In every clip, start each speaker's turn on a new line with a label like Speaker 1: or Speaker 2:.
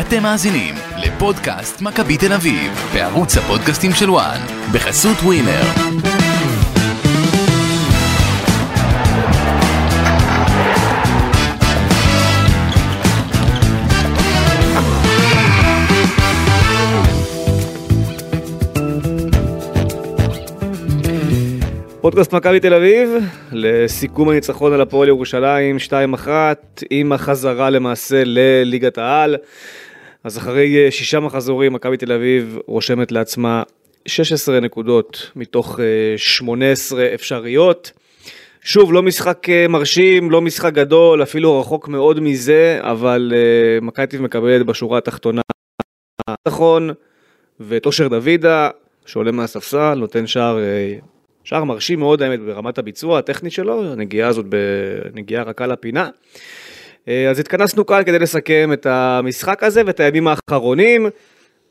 Speaker 1: אתם מאזינים לפודקאסט מכבי תל אביב, בערוץ הפודקאסטים של וואן, בחסות ווינר.
Speaker 2: פודקאסט מכבי תל אביב, לסיכום הניצחון על הפועל ירושלים 2-1, עם החזרה למעשה לליגת העל. אז אחרי אה, שישה מחזורים, מכבי תל אביב רושמת לעצמה 16 נקודות מתוך אה, 18 אפשריות. שוב, לא משחק אה, מרשים, לא משחק גדול, אפילו רחוק מאוד מזה, אבל אה, מכבי תל אביב מקבלת בשורה התחתונה נכון, ואת אושר דוידה, שעולה מהספסל, נותן שער אה, שער מרשים מאוד האמת ברמת הביצוע הטכנית שלו, הנגיעה הזאת בנגיעה רכה לפינה. אה, אז התכנסנו כאן כדי לסכם את המשחק הזה ואת הימים האחרונים.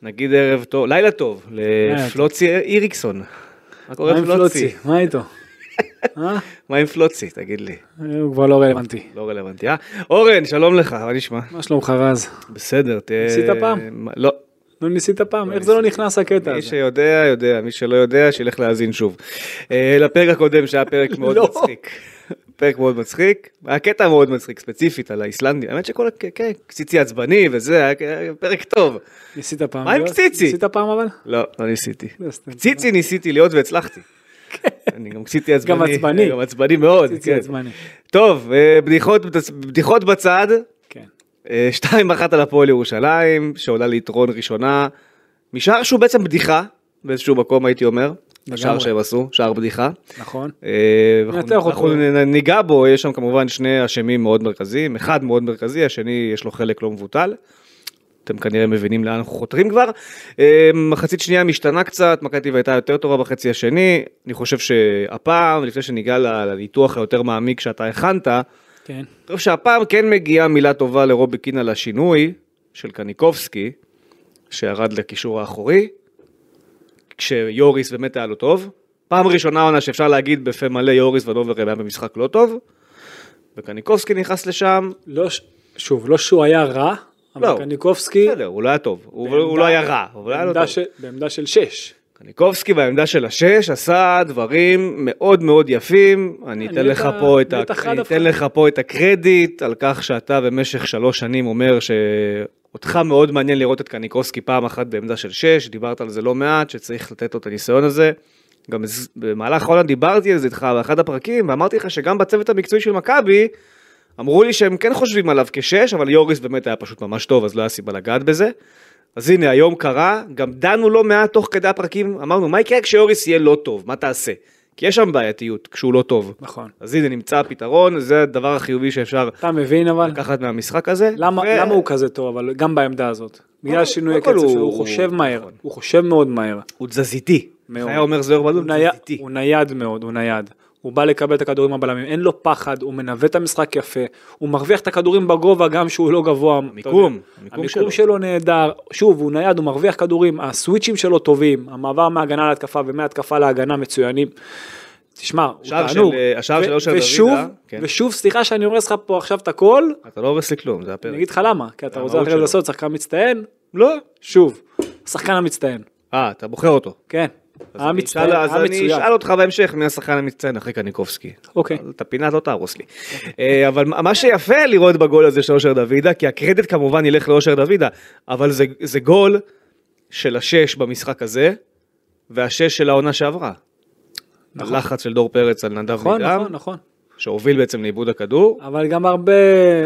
Speaker 2: נגיד ערב טוב, לילה טוב, לפלוצי איריקסון. מה
Speaker 3: מה
Speaker 2: קורה לא
Speaker 3: עם פלוצי?
Speaker 2: פלוצי?
Speaker 3: מה איתו? אה?
Speaker 2: מה עם פלוצי? תגיד לי.
Speaker 3: הוא כבר לא רלוונטי.
Speaker 2: לא רלוונטי, אה? אורן, שלום לך, מה נשמע?
Speaker 3: מה שלומך רז?
Speaker 2: בסדר, תהיה...
Speaker 3: ניסית פעם?
Speaker 2: מה- לא.
Speaker 3: לא ניסית פעם? איך זה לא נכנס הקטע
Speaker 2: מי
Speaker 3: הזה?
Speaker 2: שיודע, יודע, מי שלא יודע, שילך להאזין שוב. אה, לפרק הקודם שהיה פרק מאוד
Speaker 3: לא.
Speaker 2: מצחיק. פרק מאוד מצחיק, היה קטע מאוד מצחיק ספציפית על האיסלנדי, האמת שכל, הק- כן, קציצי עצבני וזה, היה היה פרק טוב.
Speaker 3: ניסית פעם?
Speaker 2: מה עם
Speaker 3: להיות?
Speaker 2: קציצי?
Speaker 3: ניסית פעם אבל?
Speaker 2: לא, לא ניסיתי.
Speaker 3: לא, סתם. כן.
Speaker 2: קציצי ניסיתי להיות והצלחתי. אני גם קציצי עצבני.
Speaker 3: גם עצבני.
Speaker 2: גם עצבני מאוד,
Speaker 3: קציצי
Speaker 2: כן.
Speaker 3: עצבני.
Speaker 2: טוב, אה, בדיחות- בדיחות בצד,
Speaker 3: כן.
Speaker 2: אה, 2-1 על הפועל ירושלים, שעולה ליתרון ראשונה, משער שהוא בעצם בדיחה, באיזשהו מקום הייתי אומר, השער שהם עשו, שער בדיחה.
Speaker 3: נכון.
Speaker 2: אה, ואנחנו-
Speaker 3: ננתח אותו.
Speaker 2: אנחנו נ- ניגע בו, יש שם כמובן שני אשמים מאוד מרכזיים, אחד מאוד מרכזי, השני יש לו חלק לא מבוטל. אתם כנראה מבינים לאן אנחנו חותרים כבר. אה, מחצית שנייה משתנה קצת, מכבי תל אביב הייתה יותר טובה בחצי השני. אני חושב שהפעם, לפני שניגע ל- לניתוח היותר מעמיק שאתה הכנת,
Speaker 3: כן.
Speaker 2: אני חושב שהפעם כן מגיעה מילה טובה לרובי קין על השינוי של קניקובסקי, שירד לקישור האחורי, כשיוריס באמת היה לו טוב. פעם ראשונה עונה שאפשר להגיד בפה מלא יוריס ונוברם היה במשחק לא טוב, וקניקובסקי נכנס לשם,
Speaker 3: לא ש- שוב, לא שהוא היה רע,
Speaker 2: לא.
Speaker 3: אבל קניקובסקי
Speaker 2: בסדר, הוא לא היה טוב, הוא
Speaker 3: בעמדה-
Speaker 2: הוא לא היה רע, אבל היה לו
Speaker 3: בעמדה
Speaker 2: טוב.
Speaker 3: של- בעמדה של שש.
Speaker 2: קניקובסקי בעמדה של השש עשה דברים מאוד מאוד יפים. אני אתן
Speaker 3: נהיית-
Speaker 2: לך פה את, ה...
Speaker 3: נהיית חד
Speaker 2: אני
Speaker 3: הפכה.
Speaker 2: אתן לך פה את הקרדיט על כך שאתה במשך שלוש שנים אומר שאותך מאוד מעניין לראות את קניקובסקי פעם אחת בעמדה של שש, דיברת על זה לא מעט, שצריך לתת לו את הניסיון הזה. גם ז- במהלך העונה דיברתי על זה איתך באחד הפרקים, ואמרתי לך שגם בצוות המקצועי של מכבי, אמרו לי שהם כן חושבים עליו כשש, אבל יוריס באמת היה פשוט ממש טוב, אז לא היה סיבה לגעת בזה. אז הנה, היום קרה, גם דנו לא מעט תוך כדי הפרקים, אמרנו, מה יקרה כשיוריס יהיה לא טוב, מה תעשה? כי יש שם בעייתיות כשהוא לא טוב.
Speaker 3: נכון.
Speaker 2: אז הנה, נמצא הפתרון, זה הדבר החיובי שאפשר
Speaker 3: אתה מבין אבל?
Speaker 2: לקחת מהמשחק הזה.
Speaker 3: למה
Speaker 2: ו-
Speaker 3: למה הוא כזה טוב אבל גם בעמדה הזאת? בגלל
Speaker 2: אבל-
Speaker 3: שינוי
Speaker 2: קודם כל
Speaker 3: הקצב שלו,
Speaker 2: הוא-
Speaker 3: הוא חושב מהר.
Speaker 2: נכון.
Speaker 3: הוא חושב מאוד מהר.
Speaker 2: הוא תזזיתי.
Speaker 3: מאוד.
Speaker 2: היה אומר זוהר
Speaker 3: הוא,
Speaker 2: בלון,
Speaker 3: ני...
Speaker 2: תזזיתי.
Speaker 3: הוא נייד מאוד, הוא נייד. הוא בא לקבל את הכדורים הבלמים, אין לו פחד, הוא מנווט את המשחק יפה, הוא מרוויח את הכדורים בגובה גם שהוא לא גבוה. אתה
Speaker 2: המיקום,
Speaker 3: יודע.
Speaker 2: המיקום שלו.
Speaker 3: המיקום שלו נהדר, שוב, הוא נייד, הוא מרוויח כדורים, הסוויצ'ים שלו טובים, המעבר מהגנה להתקפה ומהתקפה להגנה מצוינים. תשמע, הוא
Speaker 2: השער של- אה,
Speaker 3: תענוג.
Speaker 2: השער של
Speaker 3: ו-
Speaker 2: אושר
Speaker 3: ושוב,
Speaker 2: דוידה, כן.
Speaker 3: ושוב, סליחה שאני הורס לך פה עכשיו את הכל,
Speaker 2: אתה לא הורס לי כלום, זה
Speaker 3: אני
Speaker 2: הפרק.
Speaker 3: אגיד לך למה, כי אתה רוצה
Speaker 2: המהות
Speaker 3: אחרי זה
Speaker 2: שלו.
Speaker 3: לעשות שחקן מצטיין,
Speaker 2: לא.
Speaker 3: שוב, השחקן המצטיין,
Speaker 2: אה, אתה בוחר אותו.
Speaker 3: כן,
Speaker 2: אז אני
Speaker 3: המצטיין,
Speaker 2: אשאל- אז אני
Speaker 3: המצוין.
Speaker 2: אשאל אותך בהמשך מי השחקן המצטיין אחרי קניקובסקי.
Speaker 3: אוקיי.
Speaker 2: אז את הפינה לא תהרוס לי. אה, אבל מה מה שיפה לראות בגול הזה של אושר דוידה, כי הקרדיט כמובן ילך לאושר דוידה, אבל זה- זה גול של השש במשחק הזה, והשש של העונה שעברה.
Speaker 3: נכון.
Speaker 2: הלחץ של דור פרץ על נדב
Speaker 3: נכון,
Speaker 2: נידם,
Speaker 3: נכון, נכון.
Speaker 2: שהוביל בעצם לאיבוד הכדור.
Speaker 3: אבל גם הרבה,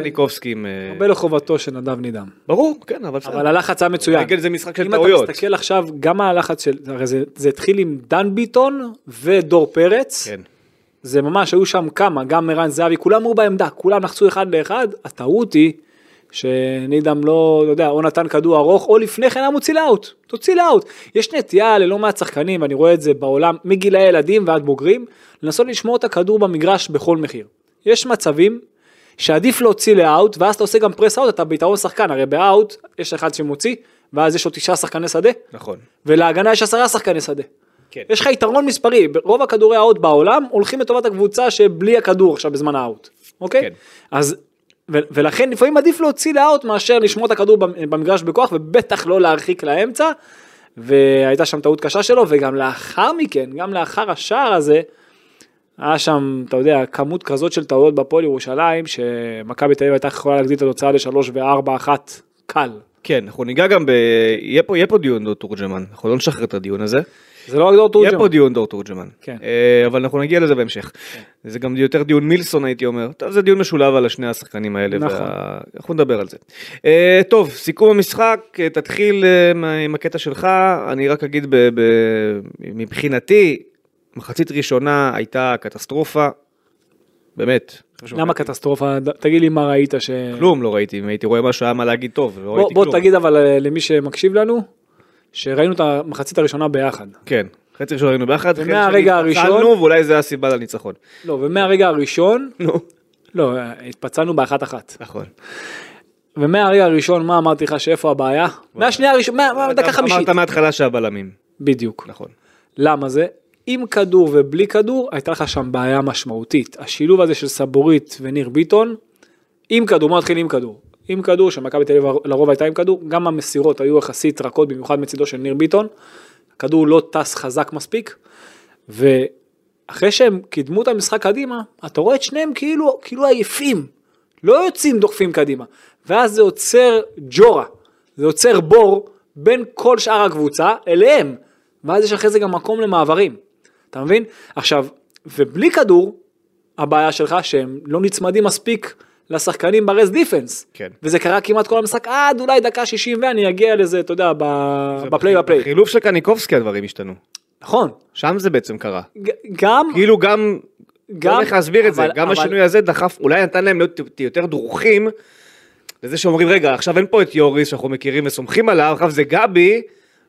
Speaker 2: קניקובסקי עם... אה,
Speaker 3: הרבה לחובתו של נדב נידם.
Speaker 2: ברור, כן, אבל בסדר.
Speaker 3: אבל הלחץ היה מצוין.
Speaker 2: רגל זה משחק של
Speaker 3: אם
Speaker 2: טעויות.
Speaker 3: אתה מסתכל עכשיו, גם הלחץ של, הרי זה, זה התחיל עם דן ביטון ודור פרץ.
Speaker 2: כן.
Speaker 3: זה ממש, היו שם כמה, גם ערן זהבי, כולם היו בעמדה, כולם לחצו אחד לאחד. הטעות היא שנידם לא, אתה יודע, או נתן כדור ארוך, או לפני כן היה מוציא לאאוט. תוציא לאאוט. יש נטייה ללא מעט שחקנים, ואני רואה את זה בעולם, מגילי ילדים ועד בוגרים, לנסות לשמור את הכדור במגרש בכל מחיר. יש מצבים שעדיף להוציא לאאוט, ואז אתה עושה גם פרס אאוט, אתה ביתרון שחקן, הרי באאוט יש אחד שמוציא, ואז יש לו תשעה שחקני שדה,
Speaker 2: נכון.
Speaker 3: ולהגנה יש עשרה שחקני שדה.
Speaker 2: כן.
Speaker 3: יש לך יתרון מספרי, רוב הכדורי האאוט בעולם הולכים לטובת הקבוצה שבלי הכדור עכשיו בזמן האאוט, אוקיי?
Speaker 2: כן.
Speaker 3: אז, ו- ולכן לפעמים עדיף להוציא לאאוט מאשר לשמור את הכדור במ- במגרש בכוח, ובטח לא להרחיק לאמצע. והייתה שם טעות קשה שלו, וגם לאחר מכן, גם לאחר השער הזה, היה שם, אתה יודע, כמות כזאת של טעויות בפועל ירושלים, שמכבי תל אביב הייתה יכולה להגדיל את התוצאה לשלוש וארבע אחת קל.
Speaker 2: כן, אנחנו ניגע גם ב... יהיה פה, יהיה פה דיון דור תורג'מן, אנחנו לא נשחרר את הדיון הזה.
Speaker 3: זה לא רק דור
Speaker 2: יהיה פה
Speaker 3: תורג'מן.
Speaker 2: דיון דור תורג'מן.
Speaker 3: כן.
Speaker 2: אה, אבל אנחנו נגיע לזה בהמשך. זה גם יותר דיון מילסון הייתי אומר. טוב, זה דיון משולב על שני השחקנים האלה.
Speaker 3: נכון.
Speaker 2: וה- אנחנו נדבר על זה. אה, טוב, סיכום המשחק, אה, תתחיל אה, מה- עם הקטע שלך, אני רק אגיד ב- ב- מבחינתי, מחצית ראשונה הייתה קטסטרופה. באמת.
Speaker 3: למה קטסטרופה? ד- תגיד לי מה ראית ש...
Speaker 2: כלום לא ראיתי, אם הייתי רואה משהו היה מה להגיד טוב, לא
Speaker 3: בוא,
Speaker 2: ראיתי
Speaker 3: בוא
Speaker 2: כלום.
Speaker 3: תגיד אבל אה, למי שמקשיב לנו, שראינו את המחצית הראשונה ביחד.
Speaker 2: כן, חצי ראשון היינו ביחד, חצי
Speaker 3: ומהרגע
Speaker 2: שני
Speaker 3: הראשון-
Speaker 2: התפצלנו, ואולי זה הסיבה לניצחון.
Speaker 3: לא, ומהרגע הראשון,
Speaker 2: נו,
Speaker 3: לא, אה, התפצלנו באחת אחת.
Speaker 2: נכון.
Speaker 3: ומהרגע הראשון, מה אמרתי לך, שאיפה הבעיה? מהשנייה הראשונה, מה- מה- דקה
Speaker 2: אתה
Speaker 3: חמישית.
Speaker 2: אמרת מההתחלה שהבלמים,
Speaker 3: בדיוק.
Speaker 2: נכון.
Speaker 3: למה זה? עם כדור ובלי כדור, הייתה לך שם בעיה משמעותית. השילוב הזה של סבורית וניר ביטון, עם כדור, בוא נתחיל עם כדור. עם כדור, שמכבי תל אביב לרוב הייתה עם כדור, גם המסירות היו יחסית רכות, במיוחד מצידו של ניר ביטון. הכדור לא טס חזק מספיק, ואחרי שהם קידמו את המשחק קדימה, אתה רואה את שניהם כאילו, כאילו עייפים, לא יוצאים דוחפים קדימה, ואז זה יוצר ג'ורה, זה יוצר בור בין כל שאר הקבוצה אליהם, ואז יש אחרי זה גם מקום למעברים, אתה מבין? עכשיו, ובלי כדור, הבעיה שלך שהם לא נצמדים מספיק לשחקנים ברס דיפנס.
Speaker 2: כן.
Speaker 3: וזה קרה כמעט כל המשחק עד אולי דקה 60 ואני אגיע לזה, אתה יודע, ב... בפליי בפליי.
Speaker 2: בחילוף של קניקובסקי הדברים השתנו,
Speaker 3: נכון.
Speaker 2: שם זה בעצם קרה.
Speaker 3: ג- גם,
Speaker 2: כאילו גם, גם,
Speaker 3: גם,
Speaker 2: איך להסביר את זה,
Speaker 3: אבל-
Speaker 2: גם
Speaker 3: אבל-
Speaker 2: השינוי הזה דחף, אולי נתן להם להיות טיפ- יותר דרוכים, לזה שאומרים רגע עכשיו אין פה את יוריס שאנחנו מכירים וסומכים עליו, עכשיו זה גבי,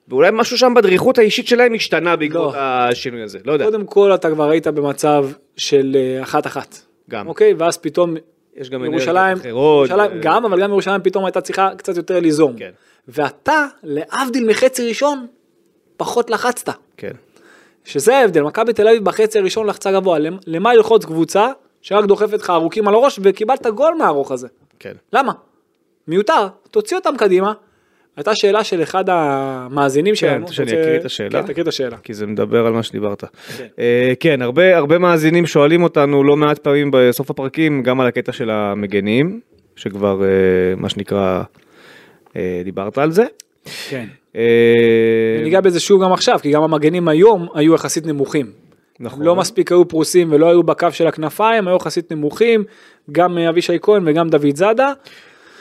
Speaker 2: ואולי משהו שם בדריכות האישית שלהם השתנה בעקבות
Speaker 3: לא.
Speaker 2: השינוי הזה, לא יודע,
Speaker 3: קודם כל אתה כבר היית במצב של אה, אחת-אחת.
Speaker 2: גם.
Speaker 3: אוקיי, ואז פתאום
Speaker 2: יש גם
Speaker 3: ירושלים,
Speaker 2: אנרגיות אחרות,
Speaker 3: ירושלים,
Speaker 2: אה,
Speaker 3: גם, אבל גם ירושלים פתאום הייתה צריכה קצת יותר ליזום.
Speaker 2: כן.
Speaker 3: ואתה, להבדיל מחצי ראשון, פחות לחצת.
Speaker 2: כן,
Speaker 3: שזה ההבדל, מכבי תל אביב בחצי הראשון לחצה גבוה, למ- למה ילחוץ קבוצה שרק דוחפת לך ארוכים על הראש וקיבלת גול מהארוך הזה?
Speaker 2: כן,
Speaker 3: למה? מיותר, תוציא אותם קדימה. הייתה שאלה של אחד המאזינים שלנו.
Speaker 2: כן, שאני
Speaker 3: אתה רוצה-
Speaker 2: אקריא את השאלה?
Speaker 3: כן, תקריא את השאלה.
Speaker 2: כי זה מדבר על מה שדיברת. אה, כן, הרבה הרבה מאזינים שואלים אותנו לא מעט פעמים בסוף הפרקים, גם על הקטע של המגנים, שכבר אה, מה שנקרא, אה, דיברת על זה.
Speaker 3: כן.
Speaker 2: אה,
Speaker 3: ניגע בזה שוב גם עכשיו, כי גם המגנים היום היו יחסית נמוכים.
Speaker 2: נכון.
Speaker 3: לא מספיק היו פרוסים ולא היו בקו של הכנפיים, היו יחסית נמוכים, גם אה, אבישי כהן וגם דוד זאדה.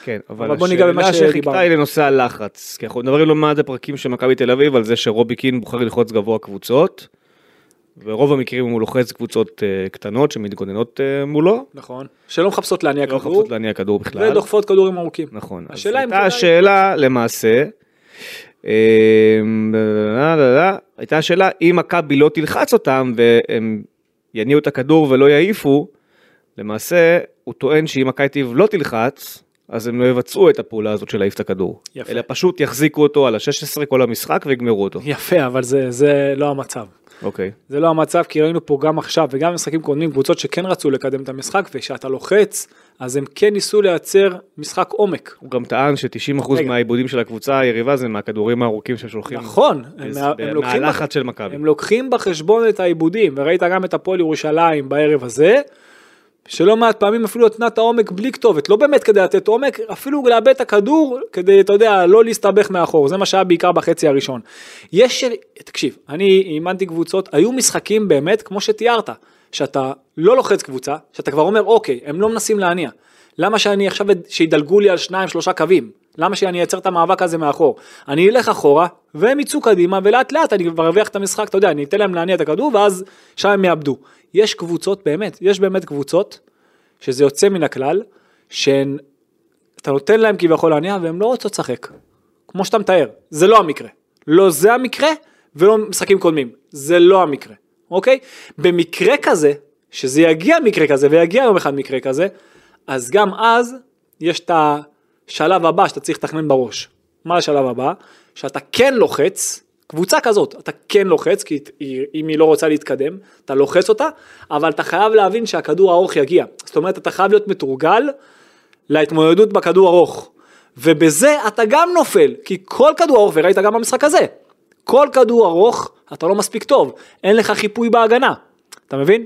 Speaker 2: כן, אבל
Speaker 3: אבל בוא ניגע במה
Speaker 2: השאלה שחיכתה
Speaker 3: שדיברנו.
Speaker 2: היא לנושא הלחץ, כי אנחנו מדברים לא מעט הפרקים של מכבי תל אביב על זה שרובי קין בוחר ללחוץ גבוה קבוצות, ברוב המקרים הוא לוחץ קבוצות אה, קטנות שמתגוננות אה, מולו,
Speaker 3: נכון. שלא מחפשות להניע
Speaker 2: לא
Speaker 3: כדור,
Speaker 2: חפצות להניע כדור בכלל.
Speaker 3: ודוחפות כדורים ארוכים.
Speaker 2: נכון.
Speaker 3: השאלה
Speaker 2: השאלה אם...
Speaker 3: אם
Speaker 2: הייתה
Speaker 3: כדאי-
Speaker 2: השאלה למעשה, אמ, לא, לא, לא, הייתה השאלה אם מכבי לא תלחץ אותם והם יניעו את הכדור ולא יעיפו, למעשה הוא טוען שאם מכבי תל אביב לא תלחץ, אז הם לא יבצעו את הפעולה הזאת של להעיף את הכדור.
Speaker 3: יפה.
Speaker 2: אלא פשוט יחזיקו אותו על ה-16 כל המשחק ויגמרו אותו.
Speaker 3: יפה, אבל זה, זה לא המצב.
Speaker 2: אוקיי.
Speaker 3: זה לא המצב, כי ראינו פה גם עכשיו וגם במשחקים קודמים קבוצות שכן רצו לקדם את המשחק, וכשאתה לוחץ, אז הם כן ניסו לייצר משחק עומק.
Speaker 2: הוא גם טען ש-90%
Speaker 3: רגע.
Speaker 2: מהעיבודים של הקבוצה היריבה זה מהכדורים הארוכים שהם שולחים.
Speaker 3: נכון, הם,
Speaker 2: בז-
Speaker 3: הם,
Speaker 2: ב-
Speaker 3: לוקחים בח...
Speaker 2: מהלחץ של מכבי.
Speaker 3: הם לוקחים בחשבון את העיבודים, וראית גם את הפועל ירושלים בערב הזה, שלא מעט פעמים אפילו נתנה את העומק בלי כתובת, לא באמת כדי לתת עומק, אפילו לאבד את הכדור כדי, אתה יודע, לא להסתבך מאחור, זה מה שהיה בעיקר בחצי הראשון. יש, תקשיב, אני אימנתי קבוצות, היו משחקים באמת כמו שתיארת, שאתה לא לוחץ קבוצה, שאתה כבר אומר, אוקיי, הם לא מנסים להניע. למה שאני עכשיו, שידלגו לי על שניים, שלושה קווים? למה שאני אייצר את המאבק הזה מאחור? אני אלך אחורה, והם יצאו קדימה, ולאט לאט אני כבר ארוויח את המשחק, אתה יודע, אני אתן להם להניע את הכדור, ואז שם הם יאבדו. יש קבוצות, באמת, יש באמת קבוצות, שזה יוצא מן הכלל, שהן, אתה נותן להם כביכול להניע והן לא רוצות לשחק. כמו שאתה מתאר, זה לא המקרה. לא זה המקרה ולא משחקים קודמים, זה לא המקרה, אוקיי? במקרה כזה, שזה יגיע מקרה כזה ויגיע יום אחד מקרה כזה, אז גם אז יש את השלב הבא שאתה צריך לתכנן בראש. מה השלב הבא? שאתה כן לוחץ, קבוצה כזאת, אתה כן לוחץ, כי היא- אם היא לא רוצה להתקדם, אתה לוחץ אותה, אבל אתה חייב להבין שהכדור הארוך יגיע. זאת אומרת, אתה חייב להיות מתורגל להתמודדות בכדור ארוך. ובזה אתה גם נופל, כי כל כדור ארוך, וראית גם במשחק הזה, כל כדור ארוך אתה לא מספיק טוב, אין לך חיפוי בהגנה. אתה מבין?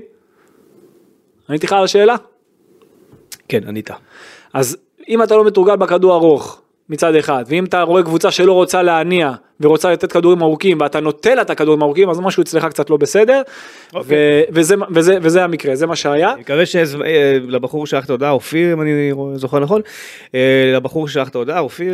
Speaker 3: עניתי לך על השאלה?
Speaker 2: כן, ענית.
Speaker 3: אז אם אתה לא מתורגל בכדור ארוך מצד אחד, ואם אתה רואה קבוצה שלא רוצה להניע ורוצה לתת כדורים ארוכים ואתה נוטל לה את הכדורים הארוכים, אז משהו אצלך קצת לא בסדר,
Speaker 2: אוקיי.
Speaker 3: ו- וזה, וזה, וזה המקרה, זה מה שהיה.
Speaker 2: אני מקווה שלבחור שלח את ההודעה, אופיר, אם אני זוכר נכון, אה, לבחור שלח את ההודעה, אופיר,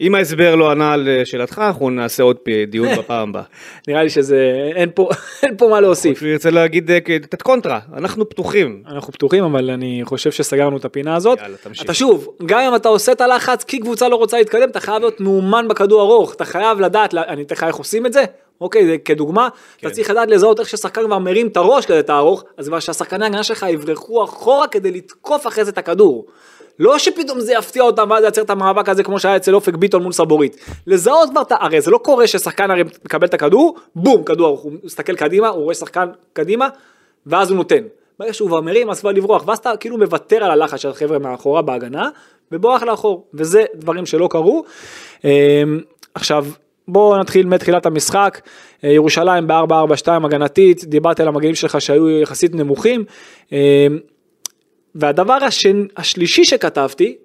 Speaker 2: אם ההסבר לא ענה על אה, שאלתך, אנחנו נעשה עוד פ- דיון בפעם הבאה.
Speaker 3: נראה לי שזה, אין פה, אין פה מה להוסיף.
Speaker 2: אופיר ירצה להגיד אה, את קונטרה, אנחנו פתוחים.
Speaker 3: אנחנו פתוחים אבל אני חושב שסגרנו את הפינה הזאת.
Speaker 2: יאללה, תמשיך.
Speaker 3: אתה שוב, גם אם אתה עושה את הלחץ כי קבוצה לא רוצה להתקדם, אתה חייב להיות מאומן בכדור ארוך, אתה חייב לדעת, לה- אני אתן לך איך עושים את זה, אוקיי, זה כדוגמה,
Speaker 2: כן.
Speaker 3: אתה צריך לדעת לזהות איך ששחקן כבר מרים את הראש כדי את הארוך, אז כבר שהשחקני ההגנה שלך יברחו אחורה כדי לתקוף אחרי זה את הכדור. לא שפתאום זה יפתיע אותם ואז ייצר את המאבק הזה כמו שהיה אצל אופק ביטון מול סבורית. לזהות כבר את ה... הרי זה לא קורה ששחקן הרי מקבל את הכדור, בום, כדור, ארוך. הוא מסתכל קדימה, הוא רואה שחקן קדימה, ואז הוא נותן. ברגע שהוא כבר מרים, אז כבר לברוח, ואז אתה כאילו מוותר על הלחץ של החבר'ה מאחורה בהגנה, ובורח לאחור, וזה דברים שלא קרו. אמ, עכשיו, בואו נתחיל מתחילת המשחק, אה, ירושלים ב-4-4-2 הגנתית, דיברתי על המגנים שלך שהיו יחסית נמוכים, אמ, והדבר השני, השלישי שכתבתי,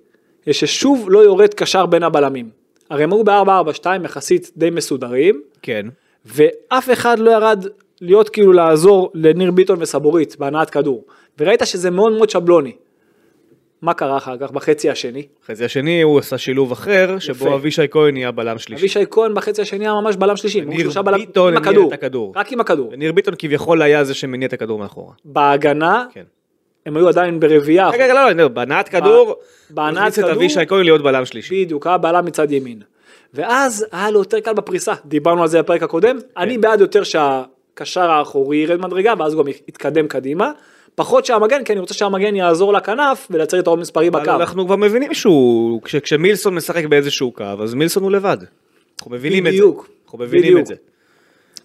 Speaker 3: זה ששוב לא יורד קשר בין הבלמים. הרי הם היו ב-4-4-2 יחסית די מסודרים,
Speaker 2: כן.
Speaker 3: ואף אחד לא ירד להיות כאילו לעזור לניר ביטון וסבורית בהנעת כדור. וראית שזה מאוד מאוד שבלוני. מה קרה אחר כך בחצי השני?
Speaker 2: בחצי השני הוא עשה שילוב אחר, שבו
Speaker 3: יפה.
Speaker 2: אבישי כהן נהיה בלם שלישי.
Speaker 3: אבישי כהן בחצי השני היה ממש בלם שלישי. הם היו
Speaker 2: ניר
Speaker 3: שלושה בלמים
Speaker 2: ביטון
Speaker 3: עם
Speaker 2: הניע את הכדור.
Speaker 3: רק עם הכדור.
Speaker 2: וניר ביטון כביכול היה זה שמניע את הכדור מאחורה.
Speaker 3: נכון. בהגנה,
Speaker 2: כן.
Speaker 3: הם היו עדיין ברביעייה.
Speaker 2: רגע, רגע, לא, לא, לא, בהנעת כדור,
Speaker 3: בהנעת
Speaker 2: הכניס את
Speaker 3: כדור-
Speaker 2: אבישי כהן להיות בלם שלישי.
Speaker 3: בדיוק, היה בלם מצד ימין. ואז היה לו יותר קל בפריסה, דיברנו על זה בפרק הקודם, אני
Speaker 2: כן.
Speaker 3: בעד יותר שהקשר האחורי ירד מדרגה ואז הוא גם יתקדם קדימה, פחות שהמגן, כי אני רוצה שהמגן יעזור לכנף ולייצר את העוד מספרי
Speaker 2: אבל
Speaker 3: בקו.
Speaker 2: אנחנו כבר מבינים שהוא, כש- כשמילסון משחק באיזשהו קו, אז מילסון הוא לבד. אנחנו מבינים את זה.
Speaker 3: בדיוק,
Speaker 2: אנחנו מבינים את
Speaker 3: בדיוק.
Speaker 2: זה.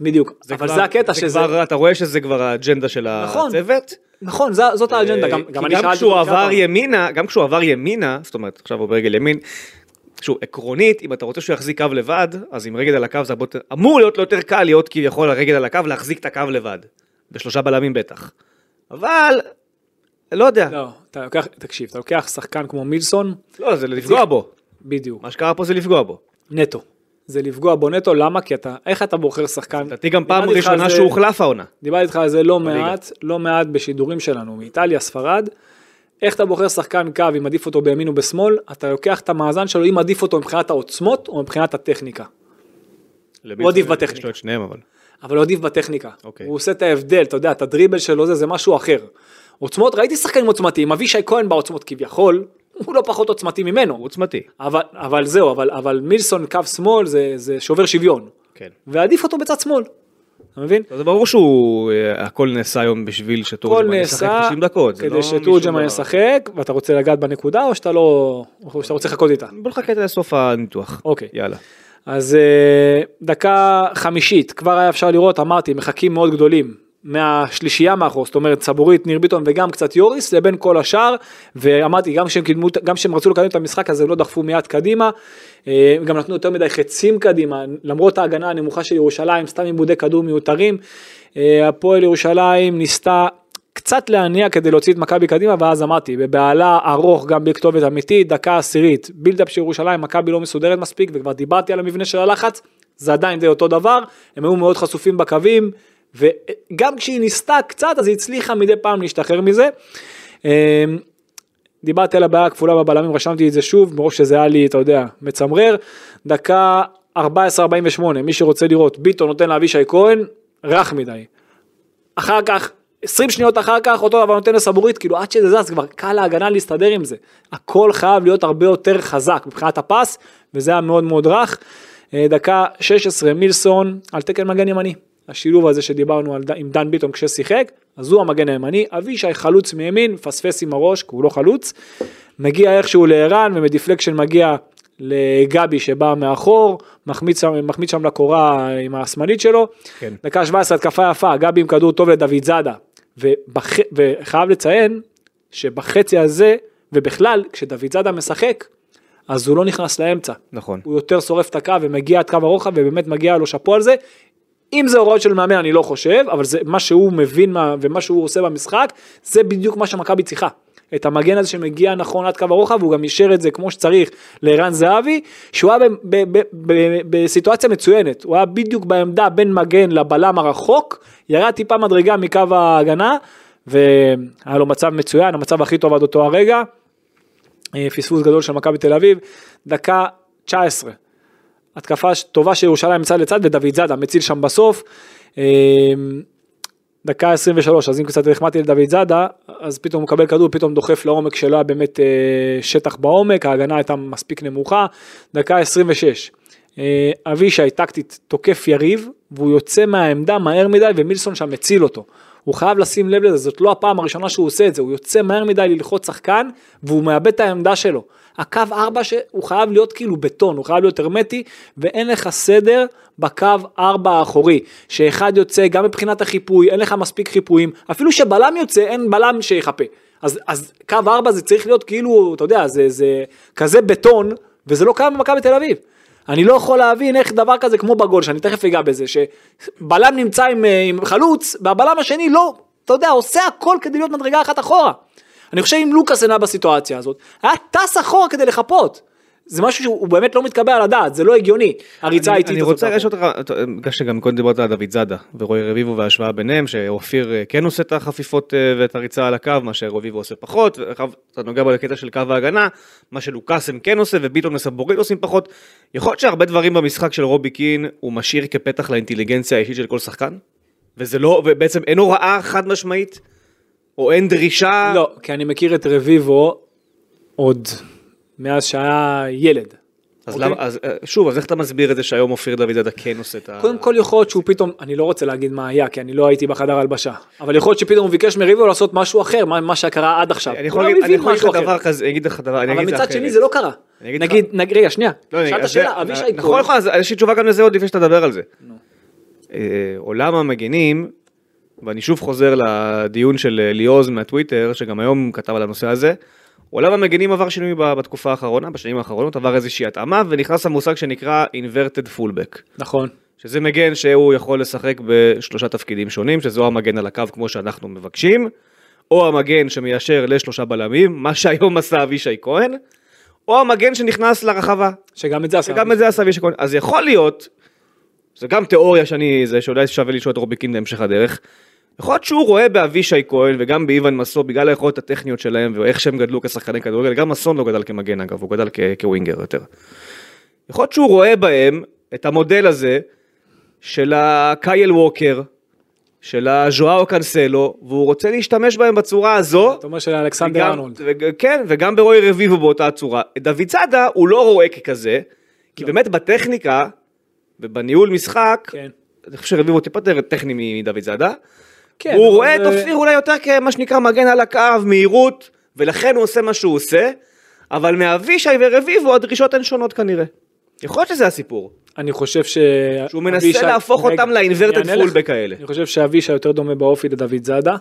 Speaker 3: בדיוק, אבל
Speaker 2: כבר-
Speaker 3: זה הקטע שזה,
Speaker 2: כבר, אתה רואה שזה כבר האג'נדה של
Speaker 3: נכון.
Speaker 2: הצוות.
Speaker 3: נכון, זה- זאת האג'נדה, גם-
Speaker 2: אה, כי
Speaker 3: גם אני שאלתי...
Speaker 2: גם כשהוא
Speaker 3: אותו כמה.
Speaker 2: עבר ימינה, גם כשהוא עבר ימינה, זאת אומרת עכשיו הוא ברגל ימין, שוב עקרונית אם אתה רוצה שהוא יחזיק קו לבד, אז עם רגל על הקו זה הרבה יותר- אמור להיות לו יותר קל להיות כביכול הרגל על הקו להחזיק את הקו לבד, בשלושה בלמים בטח, אבל לא יודע,
Speaker 3: לא, אתה לוקח, תקשיב, אתה לוקח שחקן כמו מילסון,
Speaker 2: לא זה לפגוע בו,
Speaker 3: בדיוק,
Speaker 2: מה שקרה פה זה לפגוע בו,
Speaker 3: נטו. זה לפגוע בו נטו, למה? כי אתה, איך אתה בוחר שחקן?
Speaker 2: לדעתי גם פעם
Speaker 3: דיברתי איתך על
Speaker 2: ראשונה
Speaker 3: זה-
Speaker 2: שהוא הוחלף העונה,
Speaker 3: דיברתי איתך על זה לא
Speaker 2: בליגה.
Speaker 3: מעט, לא מעט בשידורים שלנו מאיטליה, ספרד. איך אתה בוחר שחקן קו, אם עדיף אותו בימין או בשמאל, אתה לוקח את המאזן שלו, אם עדיף אותו מבחינת העוצמות או מבחינת הטכניקה.
Speaker 2: למילסון
Speaker 3: עדיף
Speaker 2: יש
Speaker 3: בטכניקה.
Speaker 2: לו את שניהם אבל,
Speaker 3: אבל הוא עדיף בטכניקה.
Speaker 2: אוקיי.
Speaker 3: הוא עושה את ההבדל, אתה יודע, את הדריבל שלו זה, זה משהו אחר. עוצמות, ראיתי שחקנים עוצמתיים, אבישי כהן בעוצמות כביכול, הוא לא פחות עוצמתי ממנו.
Speaker 2: הוא עוצמתי,
Speaker 3: אבל, אבל זהו, אבל, אבל מילסון קו שמאל זה, זה שובר שוויון.
Speaker 2: כן.
Speaker 3: ועדיף אותו בצד שמאל. אתה מבין?
Speaker 2: זה ברור שהוא, אה, הכל נעשה היום בשביל
Speaker 3: הכל
Speaker 2: שטורג'מן ישחק
Speaker 3: נעשה
Speaker 2: 90 דקות. זה
Speaker 3: כדי
Speaker 2: לא משום
Speaker 3: שתורג'מן
Speaker 2: דבר.
Speaker 3: ישחק ואתה רוצה לגעת בנקודה או שאתה לא או שאתה רוצה לחכות איתה.
Speaker 2: בוא נחכה לסוף הניתוח.
Speaker 3: אוקיי.
Speaker 2: יאללה.
Speaker 3: אז אה, דקה חמישית כבר היה אפשר לראות אמרתי מחכים מאוד גדולים מהשלישייה מאחור זאת אומרת סבורית ניר ביטון וגם קצת יוריס לבין כל השאר ואמרתי גם כשהם קידמו גם כשהם רצו לקדם את המשחק הזה הם לא דחפו מיד קדימה אה, הם גם נתנו יותר מדי חצים קדימה למרות ההגנה הנמוכה של ירושלים סתם עיבודי כדור מיותרים אה, הפועל ירושלים ניסתה קצת להניע כדי להוציא את מכבי קדימה ואז אמרתי בבהלה ארוך גם בכתובת אמיתית דקה עשירית בילדאפ של ירושלים מכבי לא מסודרת מספיק וכבר דיברתי על המבנה של הלחץ זה עדיין די אותו דבר הם היו מאוד חשופים בקווים וגם כשהיא ניסתה קצת אז היא הצליחה מדי פעם להשתחרר מזה. אמ, דיברתי על הבעיה הכפולה בבלמים, רשמתי את זה שוב, מרוב שזה היה לי, אתה יודע, מצמרר. דקה 14-48, מי שרוצה לראות, ביטון נותן לאבישי כהן, רך מדי. אחר כך, 20 שניות אחר כך, אותו דבר נותן לסבורית, כאילו עד שזה זז, כבר קל להגנה להסתדר עם זה. הכל חייב להיות הרבה יותר חזק מבחינת הפס, וזה היה מאוד מאוד רך. אה, דקה 16, מילסון, על תקן מגן ימני. השילוב הזה שדיברנו על, ד- עם דן ביטון כששיחק, אז הוא המגן הימני, אבישי חלוץ מימין, מפספס עם הראש, כי הוא לא חלוץ. מגיע איכשהו לערן, ומדיפלקשן מגיע לגבי שבא מאחור, מחמיץ שם, מחמיץ שם לקורה עם השמאלית שלו.
Speaker 2: כן.
Speaker 3: דקה 17 התקפה יפה, גבי עם כדור טוב לדוד זאדה. ובח... וחייב לציין שבחצי הזה ובכלל, כשדוד זאדה משחק, אז הוא לא נכנס לאמצע.
Speaker 2: נכון.
Speaker 3: הוא יותר שורף את הקו ומגיע עד קו הרוחב ובאמת מגיע לו שאפו על זה. אם זה הוראות של מאמן אני לא חושב, אבל זה מה שהוא מבין מה, ומה שהוא עושה במשחק, זה בדיוק מה שמכבי צריכה. את המגן הזה שמגיע נכון עד קו הרוחב, הוא גם אישר את זה כמו שצריך לערן זהבי, שהוא היה ב- ב- ב- ב- בסיטואציה מצוינת, הוא היה בדיוק בעמדה בין מגן לבלם הרחוק, ירד טיפה מדרגה מקו ההגנה, והיה לו מצב מצוין, המצב הכי טוב עד אותו הרגע. אה, פספוס גדול של מכבי תל אביב, דקה 19. התקפה ש- טובה של ירושלים מצד לצד ודוד זאדה מציל שם בסוף. אה, דקה 23 אז אם קצת החמאתי לדוד זאדה אז פתאום הוא מקבל כדור פתאום דוחף לעומק שלא היה באמת אה, שטח בעומק ההגנה הייתה מספיק נמוכה דקה 26. אה, אבישי טקטית תוקף יריב והוא יוצא מהעמדה מהר מדי ומילסון שם מציל אותו. הוא חייב לשים לב לזה זאת לא הפעם הראשונה שהוא עושה את זה הוא יוצא מהר מדי ללחוץ שחקן והוא מאבד את העמדה שלו. הקו 4 שהוא חייב להיות כאילו בטון, הוא חייב להיות הרמטי, ואין לך סדר בקו 4 האחורי, שאחד יוצא גם מבחינת החיפוי, אין לך מספיק חיפויים, אפילו שבלם יוצא, אין בלם שיחפה. אז, אז קו 4 זה צריך להיות כאילו, אתה יודע, זה, זה כזה בטון, וזה לא קיים במכבי תל אביב. אני לא יכול להבין איך דבר כזה כמו בגול, שאני תכף אגע בזה, שבלם נמצא עם, אה, עם חלוץ, והבלם השני לא, אתה יודע, עושה הכל כדי להיות מדרגה אחת אחורה. אני חושב אם לוקאס אינה בסיטואציה הזאת, היה טס אחורה כדי לחפות. זה משהו שהוא באמת לא מתקבל על הדעת, זה לא הגיוני, הריצה
Speaker 2: אני-
Speaker 3: האיטית הזאת. לא.
Speaker 2: אני רוצה
Speaker 3: מאחורה.
Speaker 2: לשאול אותך, אתה- אה, בגלל שגם קודם דיברת על דוד זאדה ורועי רביבו וההשוואה ביניהם, שאופיר אה, כן עושה את החפיפות אה, ואת הריצה על הקו, מה שרביבו עושה פחות, ואחר- אתה נוגע בו לקטע של קו ההגנה, מה שלוקאסם כן עושה וביטון וסבורית עושים פחות. יכול להיות שהרבה דברים במשחק של רובי קין הוא משאיר כפתח לאינטליגנציה האישית של כל שחקן? וזה לא, ובעצם אין הוראה חד משמעית? או אין דרישה?
Speaker 3: לא, כי אני מכיר את רביבו עוד מאז שהיה ילד.
Speaker 2: אז
Speaker 3: אוקיי.
Speaker 2: למה, אז, אה, שוב, אז איך אתה מסביר את זה שהיום אופיר דוד זאדה כן עושה את ה...
Speaker 3: קודם כל יכול להיות שהוא פתאום, אני לא רוצה להגיד מה היה, כי אני לא הייתי בחדר הלבשה, אבל יכול להיות שפתאום הוא ביקש מריבו לעשות משהו אחר, מה מה שקרה עד עכשיו.
Speaker 2: אני
Speaker 3: הוא
Speaker 2: יכול
Speaker 3: לא
Speaker 2: להגיד אני
Speaker 3: הבין
Speaker 2: יכול
Speaker 3: משהו
Speaker 2: להגיד לך
Speaker 3: אחר.
Speaker 2: דבר כזה, אני אגיד לך דבר, אני
Speaker 3: אבל
Speaker 2: אגיד את זה
Speaker 3: מצד
Speaker 2: אחרת.
Speaker 3: שני זה לא קרה.
Speaker 2: אני אגיד לך-
Speaker 3: נגיד, נג- רגע, שנייה,
Speaker 2: לא, אני-
Speaker 3: שאלת
Speaker 2: אז זה-
Speaker 3: שאלה, אבישי כהן.
Speaker 2: נכון, נכון, אז יש לי תשובה גם לזה עוד לפני שתדבר על זה. אה, עולם המגנים, ואני שוב חוזר לדיון של אה, ליאוז מהטוויטר, שגם היום כתב על הנושא הזה, עולם המגנים עבר שינוי ב- בתקופה האחרונה, בשנים האחרונות, עבר איזושהי התאמה, ונכנס המושג שנקרא inverted fullback.
Speaker 3: נכון.
Speaker 2: שזה מגן שהוא יכול לשחק בשלושה תפקידים שונים, שזו המגן על הקו כמו שאנחנו מבקשים, או המגן שמיישר לשלושה בלמים, מה שהיום עשה אבישי כהן, או המגן שנכנס לרחבה,
Speaker 3: שגם את זה עשה.
Speaker 2: שגם את זה עשה אבישי כהן. אז יכול להיות, זה גם תיאוריה שאני, זה שאולי שווה לשאול את רוביקין בהמשך הדרך, יכול להיות שהוא רואה באבישי כהן וגם באיוון מסור, בגלל היכולות הטכניות שלהם ואיך שהם גדלו כשחקני כדורגל, גם מסון לא גדל כמגן אגב, הוא גדל כ- כווינגר יותר. יכול להיות שהוא רואה בהם את המודל הזה של הקייל ווקר, של הז'ואאו קאנסלו, והוא רוצה להשתמש בהם בצורה הזו.
Speaker 3: אתה אומר שלאלכסנדר
Speaker 2: וגם-
Speaker 3: ארנולד.
Speaker 2: וג- כן, וגם ברוי רביבו באותה הצורה. את דוד זאדה הוא לא רואה ככזה, כי
Speaker 3: לא.
Speaker 2: באמת בטכניקה ובניהול משחק,
Speaker 3: כן.
Speaker 2: אני חושב שרביבו טיפה יותר טכני מדוד זאדה,
Speaker 3: כן,
Speaker 2: הוא
Speaker 3: אבל
Speaker 2: רואה את
Speaker 3: זה-
Speaker 2: אופיר אולי יותר כמה שנקרא מגן על הקו, מהירות, ולכן הוא עושה מה שהוא עושה, אבל מאבישי ורביבו הדרישות הן שונות כנראה. יכול להיות שזה הסיפור.
Speaker 3: אני חושב ש...
Speaker 2: שהוא מנסה
Speaker 3: אבישי-
Speaker 2: להפוך
Speaker 3: רגע,
Speaker 2: אותם
Speaker 3: אני
Speaker 2: ל-inverted
Speaker 3: אענה לך.
Speaker 2: fullback האלה.
Speaker 3: אני חושב שאבישי יותר דומה באופי לדוד זאדה.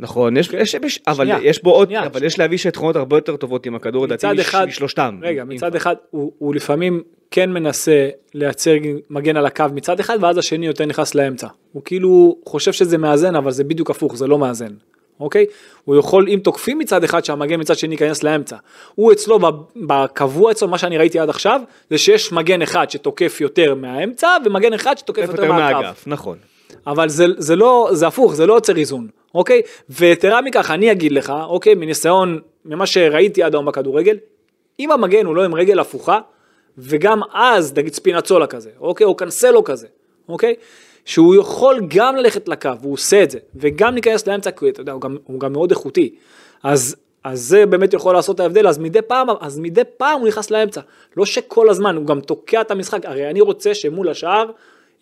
Speaker 2: נכון, יש, יש, יש, אבל
Speaker 3: שנייה,
Speaker 2: יש בו עוד,
Speaker 3: שנייה,
Speaker 2: אבל
Speaker 3: שנייה.
Speaker 2: יש לאבישי תכונות הרבה יותר טובות עם הכדור, לדעתי,
Speaker 3: מצד
Speaker 2: מש-
Speaker 3: אחד,
Speaker 2: משלושתם.
Speaker 3: רגע,
Speaker 2: אם
Speaker 3: מצד אחד הוא, הוא לפעמים כן מנסה לייצר מגן על הקו מצד אחד ואז השני יותר נכנס לאמצע. הוא כאילו חושב שזה מאזן אבל זה בדיוק הפוך, זה לא מאזן. אוקיי? הוא יכול, אם תוקפים מצד אחד, שהמגן מצד שני ייכנס לאמצע. הוא אצלו, ב- בקבוע אצלו, מה שאני ראיתי עד עכשיו, זה שיש מגן אחד שתוקף יותר מהאמצע, ומגן אחד שתוקף
Speaker 2: תוקף
Speaker 3: יותר מהקו.
Speaker 2: נכון.
Speaker 3: אבל זה, זה לא, זה הפוך, זה לא יוצר איזון, אוקיי? ויתרה מכך, אני אגיד לך, אוקיי, מניסיון, ממה שראיתי עד היום בכדורגל, אם המגן הוא לא עם רגל הפוכה, וגם אז, נגיד ספינצולה כזה, אוקיי? או קנסלו כזה, אוקיי? שהוא יכול גם ללכת לקו, והוא עושה את זה, וגם להיכנס לאמצע, כי אתה יודע, הוא גם, הוא גם מאוד איכותי. אז, אז זה באמת יכול לעשות את ההבדל, אז מדי פעם, אז מדי פעם הוא נכנס לאמצע. לא שכל הזמן, הוא גם תוקע את המשחק. הרי אני רוצה שמול השער,